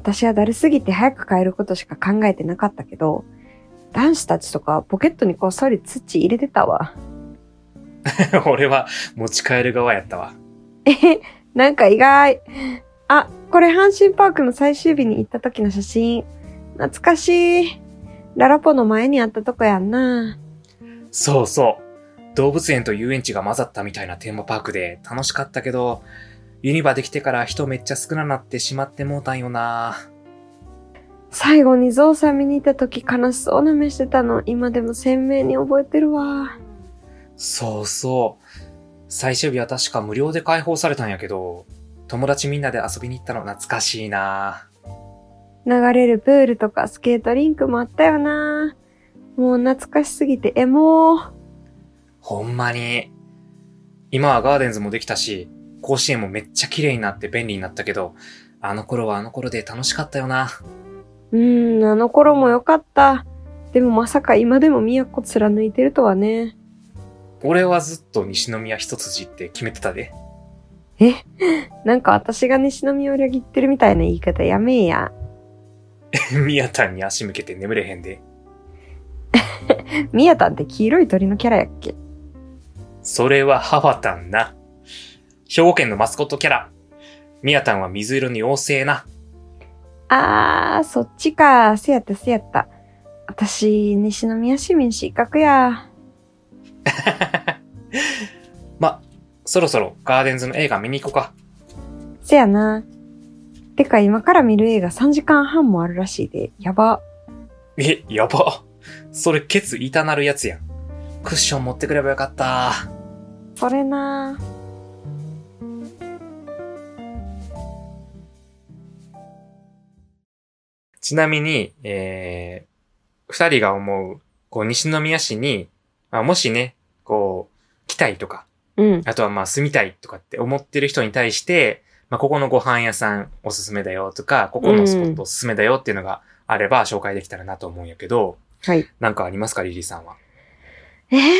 A: 私はだるすぎて早く帰ることしか考えてなかったけど、男子たちとかポケットにこっそり土入れてたわ。
B: 俺は持ち帰る側やったわ。
A: えへ、なんか意外。あ、これ阪神パークの最終日に行った時の写真。懐かしい。ララポの前にあったとこやんな。
B: そうそう。動物園と遊園地が混ざったみたいなテーマパークで楽しかったけど、ユニバできてから人めっちゃ少ななってしまってもうたんよな。
A: 最後にゾウさん見に行った時悲しそうな目してたの今でも鮮明に覚えてるわ。
B: そうそう。最終日は確か無料で解放されたんやけど、友達みんなで遊びに行ったの懐かしいな
A: 流れるプールとかスケートリンクもあったよな。もう懐かしすぎてエモー。
B: ほんまに。今はガーデンズもできたし、甲子園もめっちゃ綺麗になって便利になったけど、あの頃はあの頃で楽しかったよな。
A: うーん、あの頃も良かった。でもまさか今でも都貫いてるとはね。
B: 俺はずっと西宮一筋って決めてたで。
A: なんか私が西宮を裏切ってるみたいな言い方やめえや。
B: 宮田に足向けて眠れへんで。
A: ミヤタンって黄色い鳥のキャラやっけ
B: それはハワタンな。兵庫県のマスコットキャラ。宮田は水色の妖精な。
A: あー、そっちか。せやったせやった。私、西宮市民失格や。
B: ま、そろそろガーデンズの映画見に行こうか。
A: せやな。てか今から見る映画3時間半もあるらしいで。やば。
B: え、やば。それケツ痛なるやつやん。クッション持ってくればよかった。
A: それな
B: ちなみに、えー、二人が思う、こう、西宮市に、まあ、もしね、こう、来たいとか、
A: うん。
B: あとはまあ住みたいとかって思ってる人に対して、まあここのご飯屋さんおすすめだよとか、ここのスポットおすすめだよっていうのがあれば紹介できたらなと思うんやけど、
A: はい。
B: なんかありますかリリーさんは。
A: ええ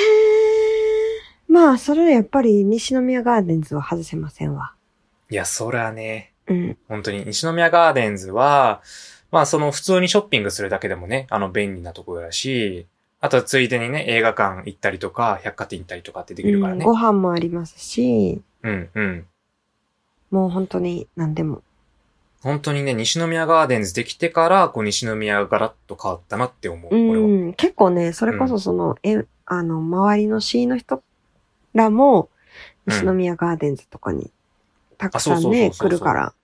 A: まあ、それはやっぱり西宮ガーデンズは外せませんわ。
B: いや、そらね、
A: うん。
B: 本当に西宮ガーデンズは、まあその普通にショッピングするだけでもね、あの便利なところやし、あとはついでにね、映画館行ったりとか、百貨店行ったりとかってできるからね。
A: ご飯もありますし、
B: うん、うん。
A: もう本当に何でも。
B: 本当にね、西宮ガーデンズできてから、こう西宮がガラッと変わったなって思う、
A: う
B: 俺は。
A: ん、結構ね、それこそその、え、あの、周りの C の人らも、
B: うん
A: 西宮ガーデンズとかに、たくさ
B: あ
A: ん
B: そうそうそう
A: ね、
B: そうそう
A: 来るから。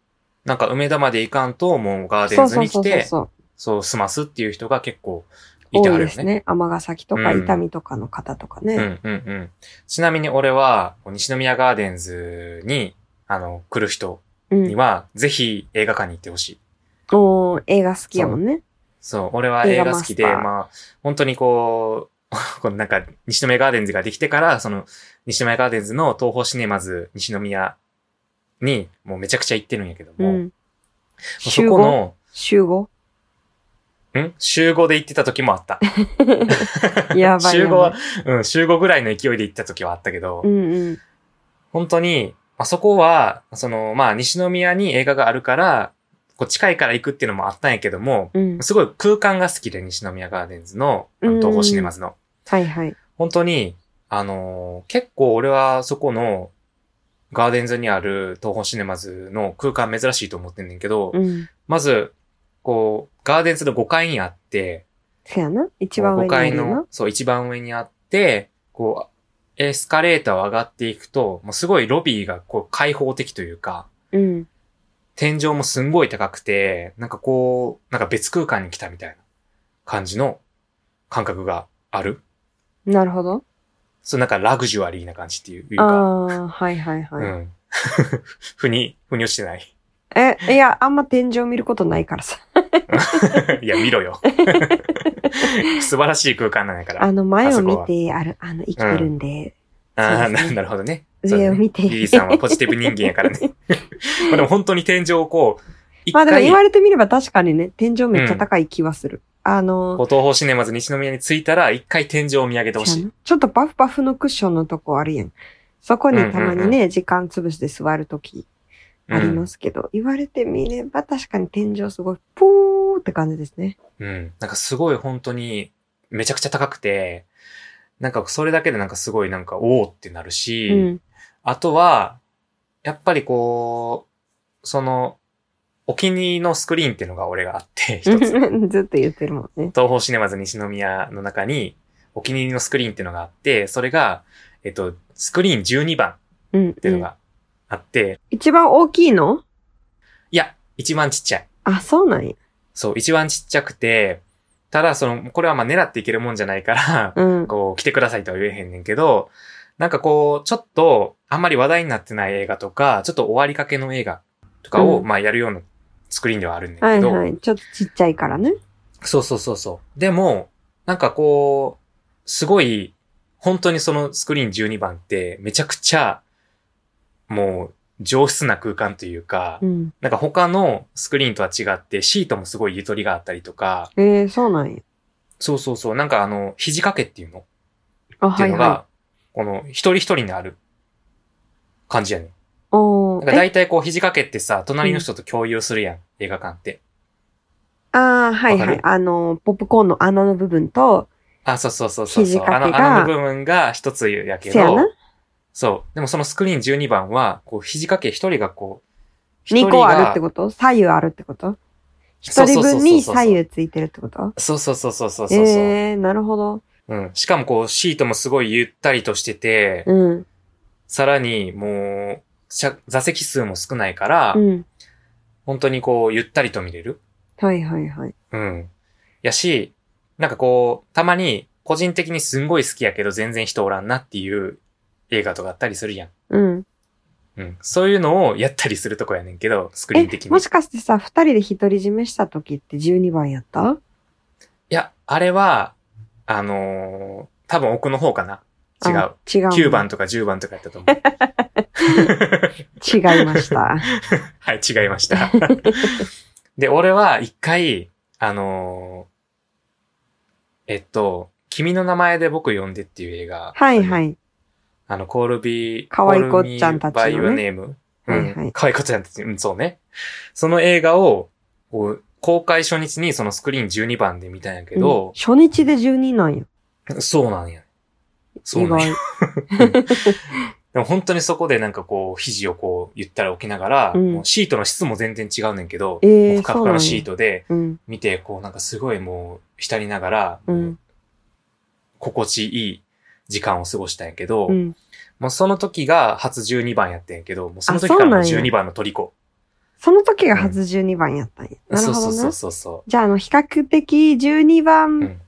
B: なんか梅田まで行かんと、もうガーデ
A: そ
B: ン
A: う
B: ズ
A: そう
B: に
A: そ
B: 来
A: うそう
B: て、
A: そう。
B: そう、済ますっていう人が結構い
A: 多
B: てあ
A: い
B: る
A: で
B: よ
A: す
B: ね。
A: ね。尼崎とか
B: うん
A: 伊丹とかの方とかね。
B: うんうんうん。ちなみに俺は、こう西宮ガーデンズに、あの、来る人
A: うん
B: には、ぜひ映画館に行ってほしい。
A: おー映画好きやもんね。
B: そう、俺は
A: 映
B: 映
A: 画
B: 画好きで、
A: マスター
B: まあ、本当にこう、 このなんか、西宮ガーデンズができてから、その、西宮ガーデンズの東宝シネマズ西宮に、もうめちゃくちゃ行ってるんやけど
A: う
B: も、も
A: ん。
B: うそ
A: 集
B: こ
A: 合
B: の、
A: 集 合
B: ん集合で行ってた時もあった。
A: やばい。
B: 集合
A: やば、
B: はいうん、集合ぐらいの勢いで行った時はあったけど、
A: うんうん。
B: 本当に、まあ、そこは、その、まあ、西宮に映画があるから、こう近いから行くっていうのもあったんやけども、
A: うん。
B: すごい空間が好きで、西宮ガーデンズの、あの東宝シネマズの。
A: はいはい。
B: 本当に、あのー結構俺はそこの、ガーデンズにある東方シネマズの空間珍しいと思ってんねんけど、
A: うん。
B: まず、こう、ガーデンズの5階にあって、
A: せやな。一番上に
B: 5
A: あ
B: 階
A: るよな
B: の。、そう、一番上にあって、こう、エスカレーターを上がっていくと、もうすごいロビーがこう開放的というか、
A: うん。
B: 天井もすんごい高くて、なんかこう、なんか別空間に来たみたいな感じの感覚がある。
A: なるほど。
B: そう、なんかラグジュアリーな感じっていういう
A: あ
B: か。
A: あ、はいはいはい。
B: うん。ふに、ふに落ちてない。
A: え、いや、あんま天井見ることないからさ。
B: いや、見 ろよ。素晴らしい空間なんやから。
A: あの、前
B: あ
A: を
B: そこ
A: 見
B: は
A: て、ある、あの、生きてるんで、
B: ああ、
A: そうです
B: な
A: ね
B: なるほどね。
A: 上を見
B: そうねリリー
A: て。
B: さんはポジティブ人間やからね。まあでも本当に天井をこう、一
A: まあでも
B: 回、
A: 言われてみれば確かにね、天井めっちゃ高い気はする。あ
B: こ
A: の、
B: う東方シネマズ西宮に着いたら、一回天井を見上げてほし
A: せや
B: い。
A: なちょっとバフバフのクッションのとこあるやん。そこにたま
B: う
A: に
B: んうん。
A: ね、時間潰して座るときありますすけど、言われてみれば確かに天井すごい、ポーって感じですね。
B: うん。なんかすごい本当に、めちゃくちゃ高くて、なんかそれだけでなんかすごいなんか、おおってなるし、
A: うん。
B: あとは、やっぱりこう、その、お気に入りのスクリーンっていうのが俺があって、一つ。東
A: ずっと言ってるもんね。
B: 宝シネマズ西宮の中に、お気に入りのスクリーンっていうのがあって、それが、えっと、スクリーン12番っ
A: うん、
B: ていうの
A: うん
B: があって、
A: 一番大きいの
B: いや、一番ちっちゃい。
A: あ、そうなんや。
B: そう、一番ちっちゃくて、ただ、その、これはまあ狙っていけるもんじゃないから、
A: うん。
B: こう、来てくださいとは言えへんねんけど、なんかこう、ちょっと、あんまり話題になってない映画とか、ちょっと終わりかけの映画とかを、
A: うん
B: まあやるようなスクリーンではあるんだ
A: は
B: け
A: い
B: ど、
A: はい。ちょっとちっちゃいからね。
B: そうそうそうそう。でも、なんかこう、すごい、本当にそのスクリーン12番って、めちゃくちゃ、もう、上質な空間というか、
A: うん。
B: なんか他のスクリーンとは違って、シートもすごいゆとりがあったりとか、
A: えー、そうなんや。
B: そうそうそう、なんかあの、肘掛けっていうの
A: あ、
B: って
A: はいいう
B: のが、
A: は
B: この一人一人にある感じやねん。
A: い。お
B: なんか
A: ー。え
B: 大体こう肘掛けってさ、隣の人と共有するやん、映画館って。
A: ああ、はい
B: わか
A: はい
B: る。
A: あの、ポップコーンの穴の部分と、
B: あ、そうそうそうそう
A: 肘
B: そう。あ
A: 掛け
B: の、
A: が
B: あの部分が一つやけ
A: せや
B: ど
A: な、
B: そう。でもそのスクリーン12番は、こう肘掛け一人がこう、一人
A: 2
B: が
A: 個あるってこと左右あるってこと
B: そ
A: ?1
B: うそ
A: 人
B: うそうそうそう
A: 分に左右ついてるってこと
B: そうそうそうそうそうそう。
A: えー、なるほど。
B: うん。しかもこうシートもすごいゆったりとしてて、
A: うん。
B: さらにもう、しゃ座席数も少ないから、
A: うん。
B: 本当にこうゆったりと見れる。
A: はいはいはい。
B: うん。やし、なんかこう、たまに、個人的にすんごい好きやけど全然人おらんなっていう映画とかあったりするやん。
A: うん。
B: うん。そういうのをやったりするとこやねんけど、スクリーン的
A: え、
B: に。
A: もしかしてさ、二人で独り占めした時って12番やった
B: いや、あれは、あのー多分奥の方かな。違う
A: あ。違う。
B: 9番。とか10番とかやったと思う。
A: 違いました。
B: はい、違いました。 で、俺は一回、あのーえっと、君の名前で僕呼んでっていう映画。
A: はいはい。
B: あの、コールビー、
A: 可愛い子ちゃんたちのね
B: バイオネーム。う
A: はいは
B: ん。
A: い
B: 可愛い子ちゃんたち、うん、そうね。その映画を、こう公開初日にそのスクリーン12番で見たんやけ
A: うん
B: ど、
A: 初日で12なんや。
B: そうなんや。そう
A: 意
B: なんや。
A: 外。
B: でも本当にそこでなんかこう、肘をこう、ゆったら置きながら、
A: うん
B: もうシートの質も全然違うねんけど、
A: えー
B: もうふかふかのシートで
A: うん。
B: 見て、こうなんかすごいもう、浸りながら、
A: うん。
B: 心地いい時間を過ごしたんやけど、
A: うん。
B: もうその時が初12番やってんやけど、もうその時
A: あ
B: からもう
A: そうなんや
B: 12番の虜。
A: その時が初12番やったんや。な
B: そ
A: る
B: うそ
A: ほ
B: う
A: ど
B: そ
A: ね
B: う。そうそ
A: じゃあ、あの、比較的12番、
B: う。うん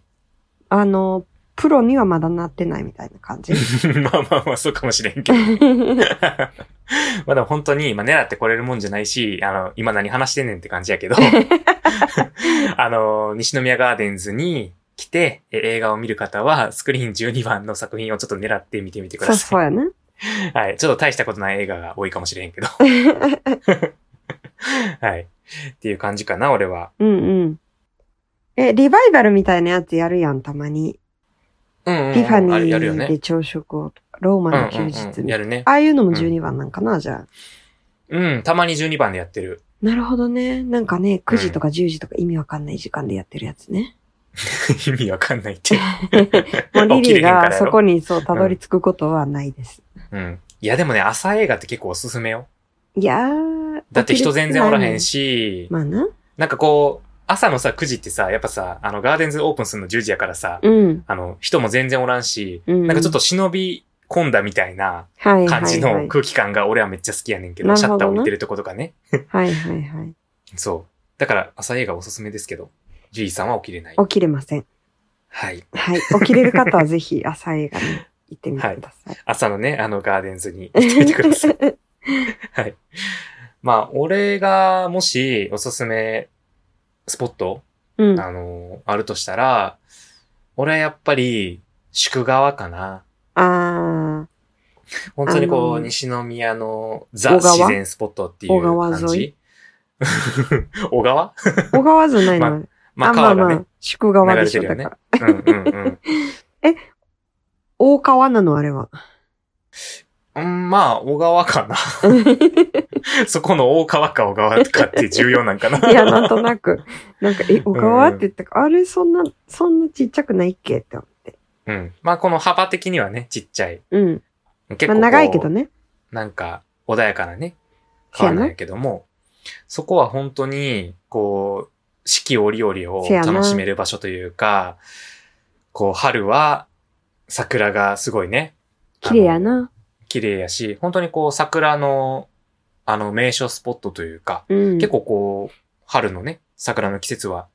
A: あの、プロにはまだなってないみたいな 感じ。
B: まあまあまあ、そうかもしれんけど。 まあでも本当に、まあ狙ってこれるもんじゃないし、あの、今何話してんねんって感じ やけど、あの、西宮ガーデンズに来て、え映画を見る方は、スクリーン12番の作品をちょっと狙って見てみてく
A: そ
B: だ
A: う
B: さ
A: そう
B: い。
A: やね。
B: はい。ちょっと大したことない映画が多いかもしれん けど。はい。っていう感じかな、俺は。
A: うんうん。え、リバイバルみたいなやつやるやん、たまに。
B: うんうん、うん。
A: ティファニ
B: あれやるよね
A: ー。で朝食を、ローマ
B: うん
A: の休日
B: うんうん、
A: みたいな
B: やるね
A: あ。あいうのも12番なんかな、じゃあ。
B: うん、たまに12番でやってる。
A: なるほどね。なんかね、9時とか10時とか意味わかんない時間でやってるやつね。
B: 意味わかんないって。
A: もうリ
B: 起き
A: リー
B: れへんからや
A: が
B: ろ
A: そこにそう、たどり着くことはないです。
B: うん。いやでもね、朝映画って結構おすすめよ。
A: いやー。
B: だって人全然おらへん。し、
A: まあな。
B: なんかこう、朝のさ、9時ってさ、やっぱさ、あの、ガーデンズオープンするの10時やからさ、
A: うん。
B: あの、人も全然おらんし、
A: うん
B: なんかちょっと忍び込んだみたいな
A: はいはい、はい。
B: 感じの空気感が俺はめっちゃ好きやねんけど、
A: なる
B: シ
A: ほ
B: ャ
A: ど
B: ッ
A: ね
B: ター置いてるとことかね。
A: はいはいはい。
B: そう。だから朝映画おすすめですけど、ジュリーさんは起きれない。
A: 起きれません。
B: はい。
A: はい。起きれる方はぜひ朝映画に行ってみてください。
B: 朝のね、あの、ガーデンズに行ってみてください。はい。まあ、俺がもしおすすめスポット、
A: うん。
B: あの、あるとしたら、俺はやっぱり、宿川かな。
A: あ
B: 本当にこう、
A: あの
B: 西宮のザ
A: 小川
B: 自然スポットっていう
A: 小川
B: 感
A: 沿い
B: じ。 小川
A: ー、小川じゃないの、
B: ままあ、
A: まあ
B: 川
A: ま
B: が
A: あ
B: ね。、
A: 宿川でしょ、
B: 流れ
A: だ
B: てる
A: か
B: よね
A: ら。
B: うんうん
A: 大川なの、あれ は。
B: うんうん。まあ、小川かな。 そこの大川か小川かって重要なんかな。
A: いや、なんとなく。なんか、え、小川って言ったから、あれ、そんな、そんなちっちゃくないっけって思って。
B: うん。まあ、この幅的にはね、ちっちゃい。
A: うん。
B: 結
A: ま
B: 構こ
A: あ、
B: う、
A: 長いけどね。
B: なんか、穏やかなね、
A: せや
B: 川
A: な
B: なんやけども、そこは本当に、こう、四季折々を
A: せやな
B: 楽しめる場所というか、こう、春は桜がすごいね、
A: 綺麗や
B: あの。
A: な。
B: 綺麗やし、本当にこう、桜の、あの、名所スポットというか、
A: うん。
B: 結。構こう、春のね、桜の季節は、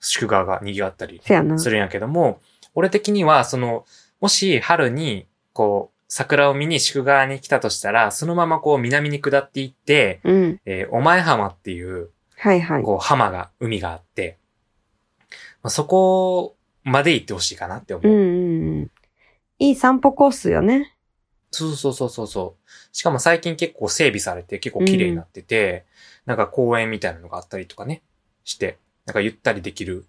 B: 宿川が賑わったり
A: せやな。
B: するんやけども、俺的には、その、もし春に、こう、桜を見に宿川に来たとしたら、そのままこう南に下っていって、
A: うん。
B: えーお前浜っていう、
A: はいはい。
B: こう浜が、海があって、まあ、そこまで行ってほしいかなって思
A: う
B: う。
A: んうんうん。いい散歩コースよね。
B: そうそうそうそうそう。しかも最近結構整備されて結構綺麗になってて、なんか公園みたいなのがあったりとかね、して、なんかゆったりできる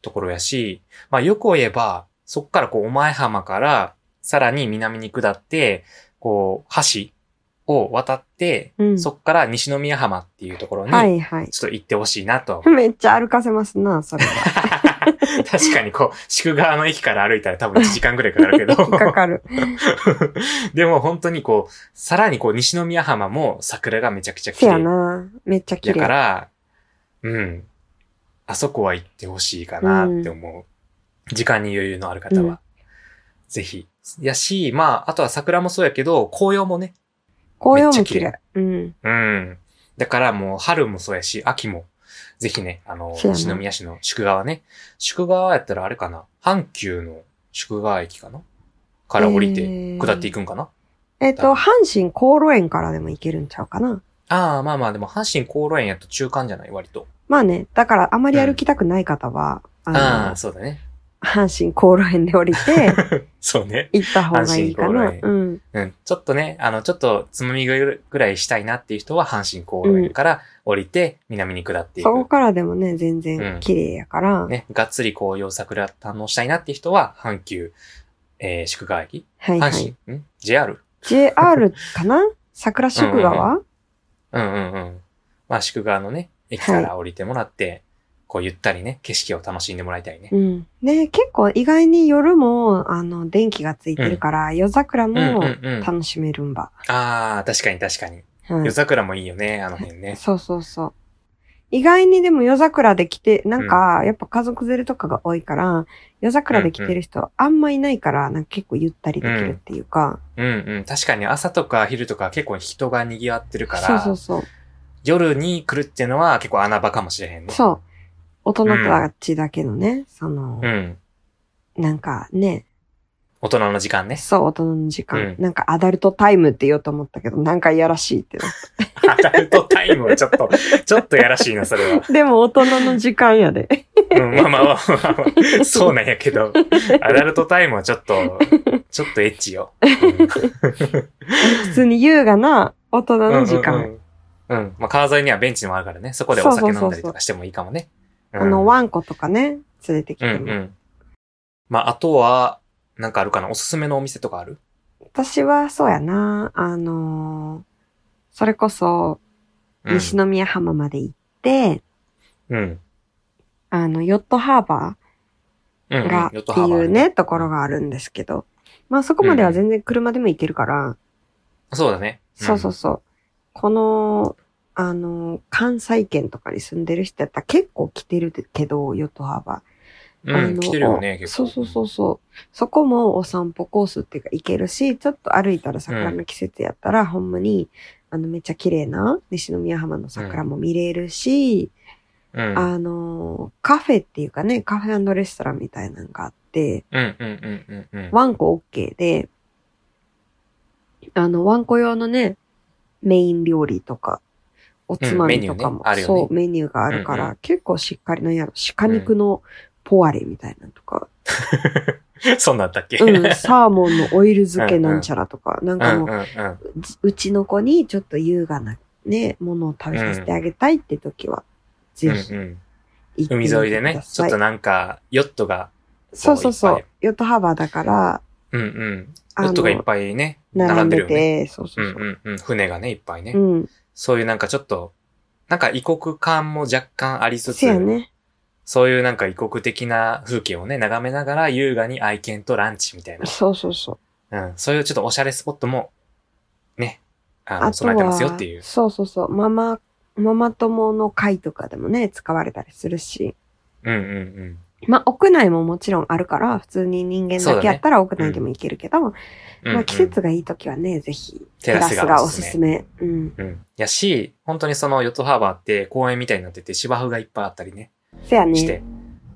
B: ところやし、まあよく言えば、そっからこう、お前浜から、さらに南に下って、こう、橋を渡って、
A: うん
B: そっから西宮浜っていうところに、ちょ
A: はいはい。
B: っと行ってほしいなとは思う。
A: めっちゃ歩かせますな、それは。
B: 確かにこう、宿川の駅から歩いたら多分1時間ぐらいかか るけど。
A: かかる。
B: でも本当にこう、さらにこう、西宮浜も桜がめちゃくちゃ
A: せ
B: 綺
A: や
B: 麗。
A: な。めっちゃ綺
B: だか
A: 麗。
B: ら、うん。あそこは行ってほしいかなって思う。時間に余裕のある方は。
A: うん
B: ぜひ。やし、まあ、あとは桜もそうやけど、紅葉もね。
A: 紅葉も
B: めっちゃ綺
A: 綺
B: 麗
A: 麗。うん。
B: うん。だからもう春もそうやし、秋も。ぜひね、あの、
A: そうやな
B: 西宮市の宿川ね。宿川やったらあれかな。阪急の宿川駅かなから降り
A: え
B: て、
A: ー
B: 下っていくんかな、
A: えっと、阪神高路園からでも行けるんちゃうかな。
B: ああ、まあまあ、でも、阪神高路園やと中間じゃない割と。
A: まあね、だからあまり歩きたくない方は、
B: あ
A: あ
B: あ、そうだ
A: の、
B: ね。
A: 阪神高路園で降り て、
B: そうね。
A: 行った方がいいかな。
B: 阪神高
A: うん。
B: うん。ちょっとね、あの、ちょっと、つまみぐらいしたいなっていう人は、阪神高路園から降りて、南に下っていく。
A: そこからでもね、全
B: うん
A: 然綺麗やから、
B: ね、がっつり紅葉桜堪能したいなっていう人は、阪急、えー、宿川駅。
A: はいは
B: 阪
A: い。
B: 神、ん ?JR?
A: JR かな桜宿川、
B: うんうんうん。まあ、宿川のね、駅から降りてもらって、こうゆったりね、景色を楽しんでもらいたいね
A: う。ん。ね結構意外に夜も、あの、電気がついてるから、夜桜
B: うんうん
A: も
B: うん。
A: 楽しめるんば。
B: ああ、確かに確かに。
A: はい
B: 夜桜もいいよね、あの辺ね。
A: そうそうそう。意外にでも夜桜で来て、なんか、やっぱ家族連れとかが多いから、夜桜で来てる人あんまいないから、なんか結構ゆったりできるっていうか、
B: うんうん。確かに朝とか昼とか結構人が賑わってるから、
A: そうそうそう。
B: 夜に来るっていうのは結構穴場かもしれへんね。
A: そう。大人たちだけのね、その
B: う。、ん。
A: なんかね、
B: 大人の時間ね。
A: そう、大人の時間、
B: う
A: なんかアダルトタイムって言おうと思ったけど、なんかいやらしいってなっ
B: アダルトタイムはちょっと、 ちょっとやらしいな、それは。
A: た。でも大人の時間やで。
B: うん、ま あまあまあまあまあ、そうなんやけど、アダルトタイムはちょ っと、ちょっとエッチよ。うん
A: 普通に優雅な大人の時間。
B: うんうんうん、うんまあ、川沿いにはベンチもあるからね、そこでお酒飲んだりとかしてもいいかもね。
A: あの、ワンコとかね、連れてき
B: う
A: て
B: ん
A: も。
B: うんうん。まあ、あとは、なんかあるかなおすすめのお店とかある
A: 私は、そうやな、あのーそれこそ、
B: うん
A: 西宮浜まで行って、
B: うん。
A: あの、ヨットハーバ
B: うんうん。
A: ーが、
B: ヨッ
A: って
B: トハーバー
A: いう
B: る
A: ね、ところ。があるんですけど、まあそこまでは全然車でも行けるから、
B: そうだね。
A: そうそうそう。この、あの、関西圏とかに住んでる人やったら結構来てるけど、ヨットハーバ
B: う
A: ー。
B: ん。
A: あ
B: うん、
A: の
B: 来てるよね、結
A: そ
B: 構。
A: うそうそうそう。そこもお散歩コースっていうか行けるし、ちょっと歩いたら桜の季節やったら、ほんまに、あの、めっちゃ綺麗な西宮浜の桜も見れるし、
B: うん。うん、
A: あの、カフェっていうかね、カフェレストランみたいなのがあって、
B: うん、うん、うん、うん。
A: ワンコ OK で、あの、ワンコ用のね、メイン料理とか、おつまみとかも、
B: うんメニューねあるよね
A: そう、メニューがあるから、
B: うんう
A: 結構しっかりのやろ、鹿肉のポワレみたいなのとか、
B: そんなんあったっけ
A: うん、 サーモンのオイル漬けなんちゃらとか、なん
B: うん、
A: か
B: う
A: も
B: ん、
A: う、
B: うん。
A: うちの子にちょっと優雅なね、ものを食べさせてあげたいって時は、
B: う
A: ぜひ
B: んうん
A: 行ってみてく
B: 海
A: ださい、
B: 沿いでね、ちょっとなんか、ヨットが、
A: そうそうそ、
B: こういう
A: ヨットハーバーだから、
B: うんうん。
A: あ
B: ヨ
A: の
B: ットがいっぱいね、並
A: 並
B: ん
A: ん
B: でる
A: で
B: よ
A: て、
B: ね。
A: そうそううんそう。
B: うんうん。船がね、いっぱいね。
A: うん、
B: そういうなんかちょっと、なんか異国感も若干ありつつ、
A: せやね。
B: そういうなんか異国的な風景をね、眺めながら優雅に愛犬とランチみたい
A: そうそうそう。
B: な。うん。そういうちょっとおしゃれスポットも、ね、あの、備えてますよっていう。
A: そうそうそう。ママ、ママ友の会とかでもね、使われたりするし。
B: うんうんうん。
A: まあ、屋内ももちろんあるから、普通に人間だけやったら屋内でも行けるけど、
B: うんうん
A: まあ、季節がいい時はね、ぜひ、テ
B: テラ
A: ラ
B: ス
A: ス
B: が
A: が
B: お
A: お
B: す
A: す
B: す
A: す
B: め
A: め。うん。
B: うん。やし、本当にそのヨットハーバーって公園みたいになってて芝生がいっぱいあったりね、
A: せや
B: し
A: ね。
B: て、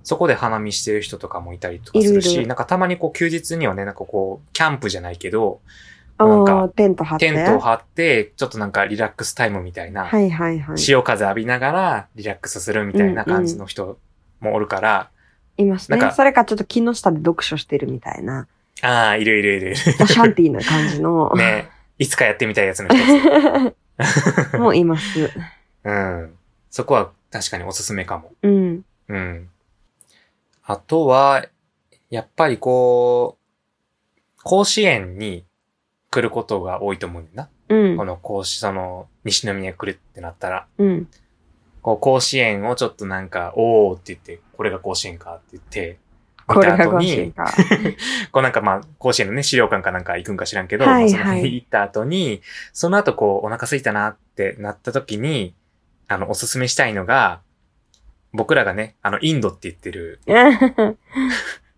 B: そこで花見してる人とかもいたりとかするし、
A: いるいる
B: なんかたまにこう休日にはね、なんかこう、キャンプじゃないけど、
A: あ
B: なんか
A: あ、テント張って。
B: テントを張って、ちょっとなんかリラックスタイムみたいな、
A: はいはいはい。
B: 潮風浴びながらリラックスするみたいな感じの人もおるから、
A: います
B: なん
A: ね
B: か。
A: それかちょっと木の下で読書してるみたいな、
B: ああ、いるいるいるいる。、
A: オシャンティーな感じの
B: ねいつかやってみたいやつの一 つ。
A: もういます。
B: うん。そこは確かにおすすめかも。
A: うん。
B: うん。あとは、やっぱりこう、甲子園に来ることが多いと思うんだよな。
A: うん
B: こ。の甲子、その、西宮来るってなったら、
A: うん。
B: こう甲子園をちょっとなんか、おーって言って、これが甲子園かって言って、
A: これ
B: 見た
A: が
B: 後
A: ご
B: に
A: 心か。
B: こうなんかまあ、甲子園のね、資料館かなんか行くんか知らんけど、
A: はいはい
B: まあその辺行った後に、その後こう、お腹空いたなってなった時に、あの、おすすめしたいのが、僕らがね、あの、インドって言ってる、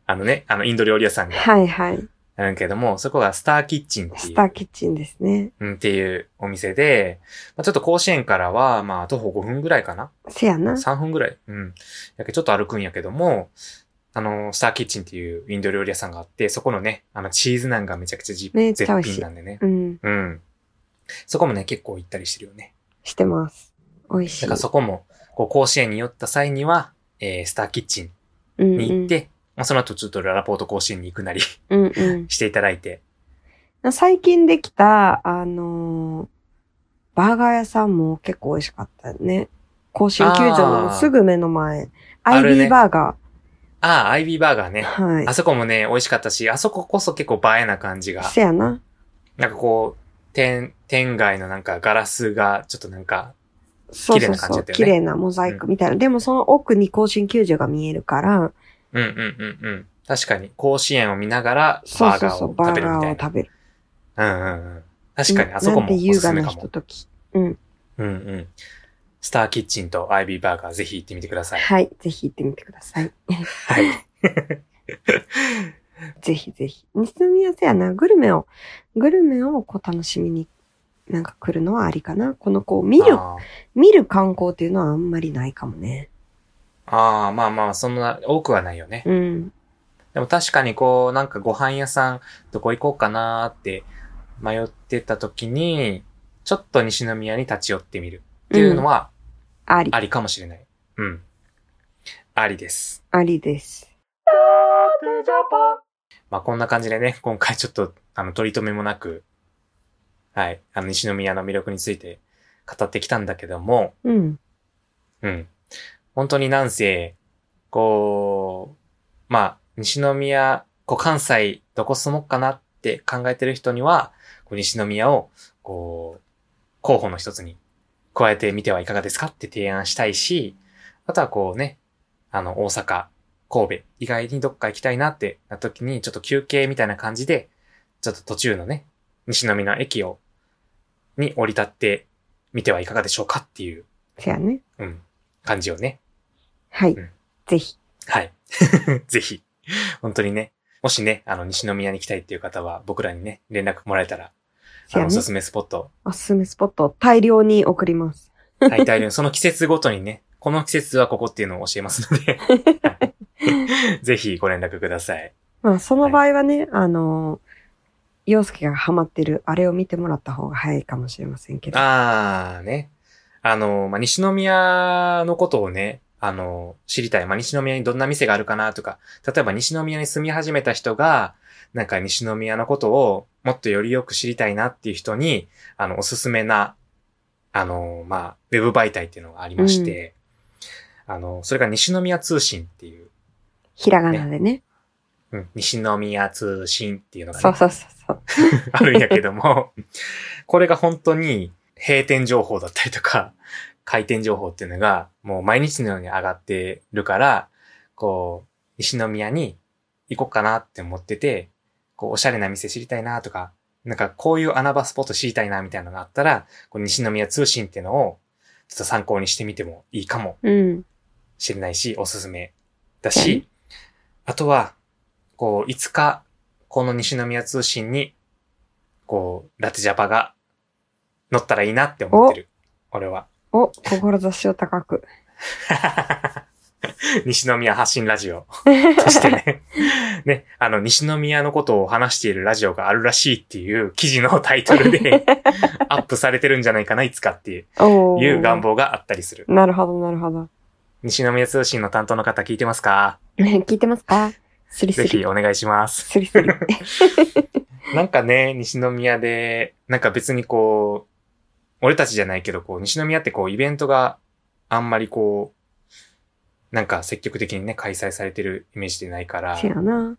B: あのね、あの、インド料理屋さんが
A: はいはい。
B: あるけども、そこがスターキッチンってい
A: スター
B: う、
A: キッチンですね。
B: うん、っていうお店で、まあ、ちょっと甲子園からは、まあ、徒歩5分ぐらいかな
A: せやな。
B: 3分ぐらい。うん。やけちょっと歩くんやけども、あの、スターキッチンっていうインド料理屋さんがあって、そこのね、あの、チーズナンがめちゃくちゃじ
A: めっち
B: 絶
A: ゃ美味しい
B: 品なんでね。
A: うん。
B: うん。そこもね、結構行ったりしてるよね。
A: してます。美味しい。
B: だからそこも、こう、甲子園に寄った際には、えー、スターキッチン
A: うんうん
B: に行って、まあ、その後ちょっとララポート甲子園に行くなり
A: うんうん
B: していただいて。
A: 最近できた、あのーバーガー屋さんも結構美味しかったよね。甲子園球場のすぐ目の前。
B: あー
A: アイ
B: ある
A: ビ
B: ね
A: ーバーガ
B: ああ、アイビーバーガー
A: ー。
B: ね。
A: はい
B: あ。そこもね、美味しかったし、あそここそ結構映えな 感じが。
A: せやな。
B: なんかこう、店、店外のなんかガラスが、ちょっとなんか、
A: そう
B: 綺麗
A: そう
B: な感じ
A: そ
B: だ
A: う。
B: ったよ
A: 綺
B: ね
A: 麗なモザイクみたいな。でもその奥に甲子園球場が見えるから、
B: うんうんうんうん。確かに、甲子園を見ながら、
A: そう
B: バー
A: そう
B: ガー
A: そ
B: を
A: う、バ
B: 食べ
A: ー
B: るみ
A: ガー
B: たい
A: を
B: な。
A: 食べる。
B: うんうんうん。確かに、あそこ
A: な
B: も
A: んて
B: お
A: 優
B: す
A: 雅
B: すめ
A: な
B: か
A: ひと
B: も。
A: とき。うん。
B: うんうん。スターキッチンとアイビーバーガー、ぜひ行ってみてください。
A: はい。ぜひ行ってみてください。
B: はい。
A: ぜひぜひ。西宮せやな、グルメを、グルメをこう楽しみに、なんか来るのはありかな。このこう、見る、
B: あー
A: 見る観光っていうのはあんまりないかもね。
B: あー、まあまあ、そんな多くはないよね。
A: うん。
B: でも確かにこう、なんかご飯屋さん、どこ行こうかなーって迷ってた時に、ちょっと西宮に立ち寄ってみるっていうの
A: は、
B: は
A: あり
B: あ、りかもしれない。うん。ありです。
A: ありです。
C: テジャパ
B: まあこんな感じでね、今回ちょっと、あの、取り留めもなく、はい、あの、西宮の魅力について語ってきたんだけども、
A: うん。
B: うん。本当になんせ、こう、まあ、西宮、こう関西、どこ住もうかなって考えてる人には、こう西宮を、こう、候補の一つに加えてみてはいかがですかって提案したいし、あとはこうね、あの、大阪、神戸、意外にどっか行きたいなってな時に、ちょっと休憩みたいな感じで、ちょっと途中のね、西宮の駅を、に降り立ってみてはいかがでしょうかっていう
A: せやね。
B: うん。感じをね。
A: はい。
B: うん
A: ぜひ。
B: はい。 ぜひ。本当にね。もしね、あの、西宮に来たいっていう方は、僕らにね、連絡もらえたら、
A: せ
B: あ
A: や
B: の、
A: ね
B: おす。すめスポット
A: おすすめスポットを大量に送ります。
B: を、はい、大量に、その季節ごとにね、この季節はここっていうのを教えます ので、はいぜひご連絡ください。
A: まあ、その場合はね、あの、洋介がハマってる、あれを見てもらった方が早いかもしれませんけど。
B: あーね。あの、まあ、西宮のことをね、あの、知りたい。まあ、西宮にどんな店があるかなとか、例えば西宮に住み始めた人が、なんか西宮のことをもっとよりよく知りたいなっていう人に、あの、おすすめな、あの、まあ、ウェブ媒体っていうのがありまして、あの、それが西宮通信っていう、
A: ひらがなでね。
B: うん、西宮通信っていうのが、ね、
A: そうそうそうそう。
B: あるんやけども、これが本当に閉店情報だったりとか、開店情報っていうのが、もう毎日のように上がってるから、こう、西宮に行こうかなって思ってて、こう、おしゃれな店知りたいなとか、なんかこういう穴場スポット知りたいなみたいなのがあったら、こう西宮通信っていうのを、ちょっと参考にしてみてもいいかも
A: うん。
B: しれないし、おすすめだし、あとは、こう、いつか、この西宮通信に、こう、ラテジャパが乗ったらいいなって思ってる。俺は。
A: お、志を高く。
B: 西宮発信ラ ジオとしてね。ね、あの、西宮のことを話しているラジオがあるらしいっていう記事のタイト ルでアップされてるんじゃないかな、いつかっていう
A: おー
B: いう願。望があったりする。
A: なるほど、なるほど。
B: 西宮通信の担当の方聞いてますか
A: 聞いてますかスリス
B: ぜ
A: リ。
B: ひお願いします。
A: スリ スリ。
B: なんかね、西宮で、なんか別にこう、俺たちじゃないけど、こう、西宮ってこう、イベントがあんまりこう、なんか積極的にね、開催されてるイメージでないから
A: せ、やな。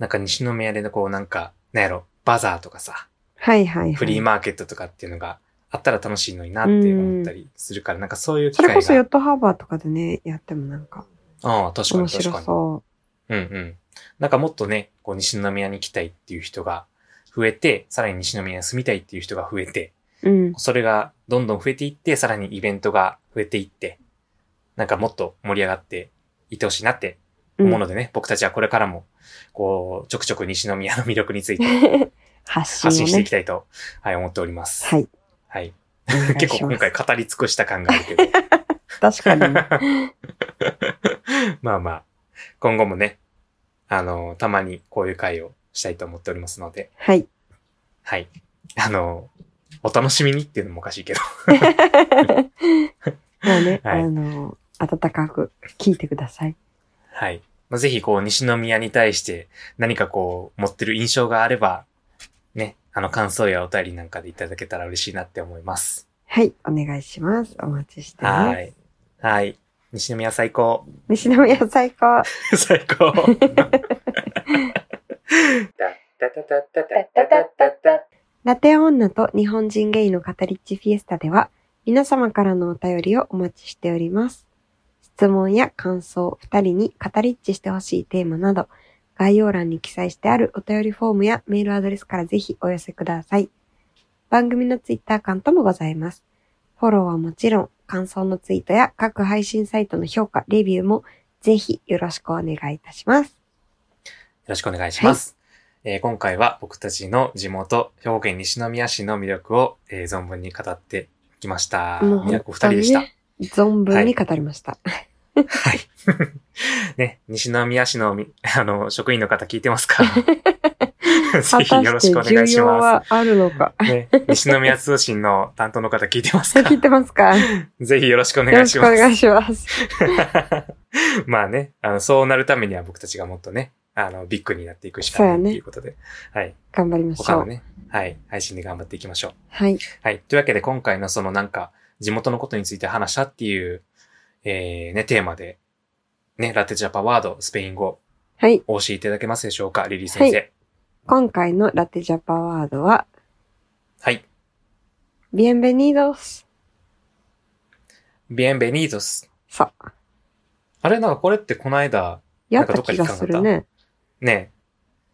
B: なんか西宮でこう、なんか、なんやろ、バザーとかさ、
A: はいはい、はい。
B: フリーマーケットとかっていうのがあったら楽しいのになって思ったりするから、なんかそういう機
A: それ
B: 会
A: こそヨ
B: が。
A: ットハーバーとかでね、やってもなんか、
B: ああ、確か
A: 面
B: に確か
A: 白
B: に。
A: そ
B: うんうん。なんかもっとね、こう西宮に来たいっていう人が増えて、さらに西宮に住みたいっていう人が増えて、
A: う。うん。
B: それがどんどん増えていって、さらにイベントが増えていって、なんかもっと盛り上がっていってほしいなって思うのでね、僕たちはこれからも、こう、ちょくちょく西宮の魅力について
A: うん、発
B: 発
A: 信
B: 信
A: を
B: してい
A: ね
B: き。たいと、はい、思っております。。
A: はいい。
B: はい。
A: お願いします
B: 結構今回語り尽くした感がある けど、
A: 確 かにね。
B: まあまあ、今後もね、あの、たまにこういう会をしたいと思っておりますので、
A: はい。
B: はい。あの、お楽しみにっていうのもおかしいけど、
A: まあね、
B: はい
A: あの、温かく聞いてください。
B: はい。まあぜひ、こう、西宮に対して何かこう、持ってる印象があれば、ね、あの、感想やお便りなんかでいただけたら嬉しいなって思います。
A: はい、お願いします。お待ちしてま
B: は
A: す。
B: い。はい。西宮最高。
A: 西宮最高。
B: 最 高。
C: タタタタタ
A: ラテ女と日本人ゲイの語りっちフィエスタでは、皆様からのお便りをお待ちしております。質問や感想、二人に語りっちしてほしいテーマなど、概要欄に記載してあるお便りフォームやメールアドレスからぜひお寄せください。番組のツイッターアカウントもございます。フォローはもちろん、感想のツイートや各配信サイトの評価、レビューもぜひよろしくお願いいたします。
B: よろしくお願いします。えー今回は僕たちの地元、兵庫県西宮市の魅力を、えー存分に語ってきました。
A: もう
B: みなお二人でした。
A: 存分に語りました。
B: はい。ね、西宮市のみ、 あの、職員の方聞いてます かぜひよろしくお願いし
A: 需要
B: ま
A: はあるのか
B: す。ね、西宮通信の担当の方聞いてますか
A: 聞いてますかよ
B: ぜひよろしくお願
A: ろ
B: い
A: し
B: し
A: くお
B: ます。
A: 願いします。
B: まあね、あの、そうなるためには僕たちがもっとね、あの、ビッグになっていくしか
A: そう
B: な
A: や
B: い
A: ね
B: ということで、はい。
A: 頑張りまし
B: 他
A: ょう。
B: のね、はい、配信で頑張っていきましょう。
A: はい。
B: はい。というわけで今回のそのなんか、地元のことについて話したっていう、えー、ね、テーマで、ね、ラテジャパワード、スペイン語、
A: はい。
B: お教えいただけますでしょうか、リリー先生。はい。
A: 今回のラテジャパワードは、bienvenidos。
B: ビエンベニードス。
A: さ、
B: あれなんかこれってこの間、
A: やった気がするね。
B: ね、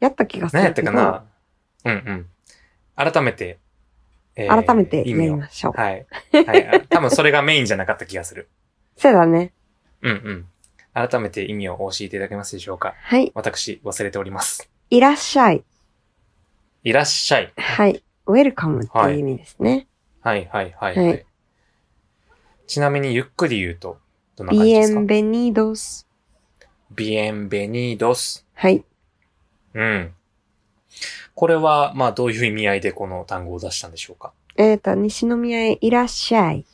A: やった気がする
B: 何やった
A: けど
B: かなうんうん。改めて、えー
A: 改めて
B: 意
A: や
B: 味
A: り
B: を。
A: ましょう。
B: はい。はいあ。多分それがメインじゃなかった気がする。
A: そうだね。
B: うんうん。改めて意味をお教えいただけますでしょうか
A: はい。
B: 私、忘れております。
A: いらっしゃい。
B: いらっしゃい。
A: はい。ウェルカムっていう意味ですね。
B: はいはいはい、はい、
A: はい
B: ちなみにゆっくり言うと、どんな感じですか
A: bienvenidos。
B: ビエンベニードス。
A: はい。
B: うん。これは、まあどういう意味合いでこの単語を出したんでしょうか
A: えっ、と、西宮へいらっしゃいっ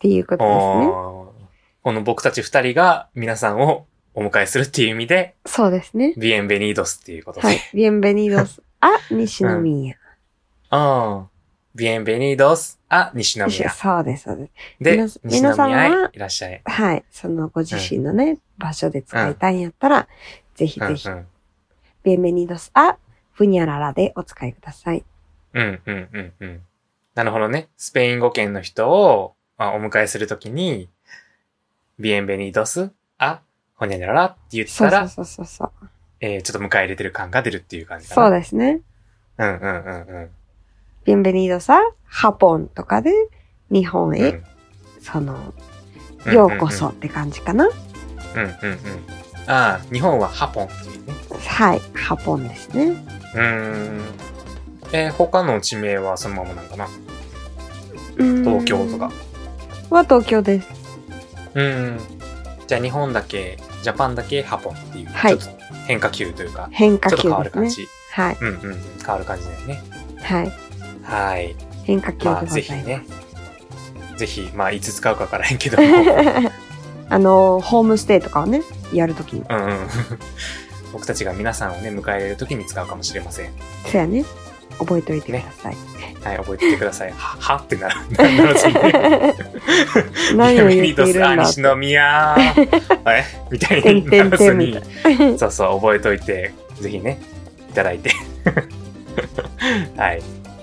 A: ていうことですね。
B: あーこの僕たち二人が皆さんをお迎えするっていう意味で、
A: そうですね。
B: ビエンベニードスっていう ことで。
A: はい。bienvenidos あ西宮。
B: ああ。ビエンベニードス、あ、西宮。
A: そうです、そうです。
B: で
A: 皆、
B: 西
A: 皆さんは
B: 宮へいらっしゃい。
A: はい。そのご自身のね、場所で使いたいんやったら、ぜひ
B: うんう
A: ぜひ、
B: ん。
A: bienvenidos あふにゃららでお使いください。
B: うんうんうんうん。なるほどね。スペイン語圏の人を、まあ、お迎えするときに、ビエンベニードス、あ、ほにゃにゃららって言っ
A: そ
B: た
A: う
B: ら、
A: そうそうそう。
B: えーちょっと迎え入れてる感が出るっていう感じか
A: そう
B: な。
A: ですね。
B: そううんうんうんうん。
A: bienvenidos あハポンとかで、日本
B: う
A: へ、
B: ん
A: その、
B: うん
A: ようこそって感じかな。
B: うんうんうん。ああ、日本はハポンっていうね。
A: はい。ハポンですね。
B: うーん。えー他の地名はそのままなんかな東
A: 東
B: 京とか。
A: は東京です。
B: うーん。じゃあ日本だけ、ジャパンだけハポンっていう、
A: はい
B: ちょっと変化球というか、
A: 変化
B: ちょっと
A: 球
B: 変わ
A: で
B: る
A: す
B: 感
A: ね。
B: じ。
A: はい。
B: うんうん。変わる感じだよね。
A: はい。
B: はい。
A: 変化球でござ
B: ま
A: い
B: あ、
A: ます。
B: ぜひね。ぜひ、まあ、いつ使うかわからへん けども。うん
A: あの、ホームステイとかをね、やるときに。
B: うん。僕たちが皆さんをね、迎え入れるときに使うかもしれません。
A: そうやね。覚えておいてください。
B: はい、覚えててください。は、 はってなる。なるしね
A: 何を言
B: ビ
A: っ
B: ート
A: てい
B: ス、
A: る
B: あ、
A: んだっ
B: 西
A: て。
B: 宮ー。えみたいにならずに
A: てんてんてんみ。
B: そうそう、覚えといて、ぜひね、いただいて。 はい。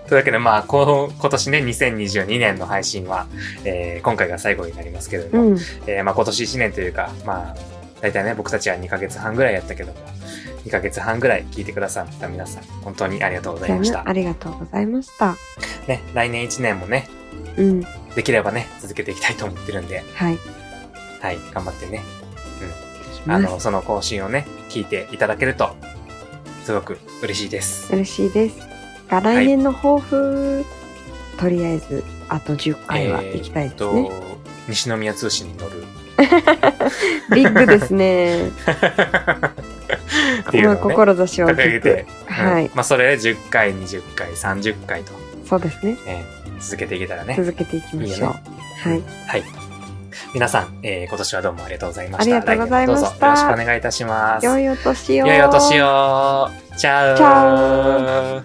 B: というわけで、まあ、こう今年ね、2022年の配信は、えー今回が最後になりますけれども、
A: うん。
B: えーまあ今年1年というか、まあ、大体ね、僕たちは2ヶ月半ぐらいやったけども、2ヶ月半ぐらい聞いてくださった皆さん、本当にありがとうござ
A: じ
B: い
A: ゃあ
B: まし
A: ね、
B: た
A: あ。りがとうございました。
B: ね、来年1年もね、
A: うん。
B: できればね、続けていきたいと思ってるんで、
A: はい。
B: はい、頑張ってね、
A: できま
B: あの、
A: す。
B: その更新をね、聞いていただけると、すごく嬉しいです。
A: 嬉しいです。が来年の抱負、とりあえず、あと10回は行きたいですね。
B: と、西宮通信に 乗る。
A: ビッグです ね。
B: っていう
A: まあ、
B: のをね、
A: 志を
B: 掲げ
A: 低
B: て
A: く。、は
B: う
A: い
B: ん。まあ、それ10回、20回、30回と、
A: そうですね。
B: えー続けていけたらね、
A: 続けていきましょう。はい。
B: はい。皆さん、えー今年はどうもありがとうございまし
A: あ
B: た。
A: りがとうございました
B: 来年もどうぞよろしくお願いいたします。
A: 良いお年を。
B: 良いお年を。チャウ
A: チャ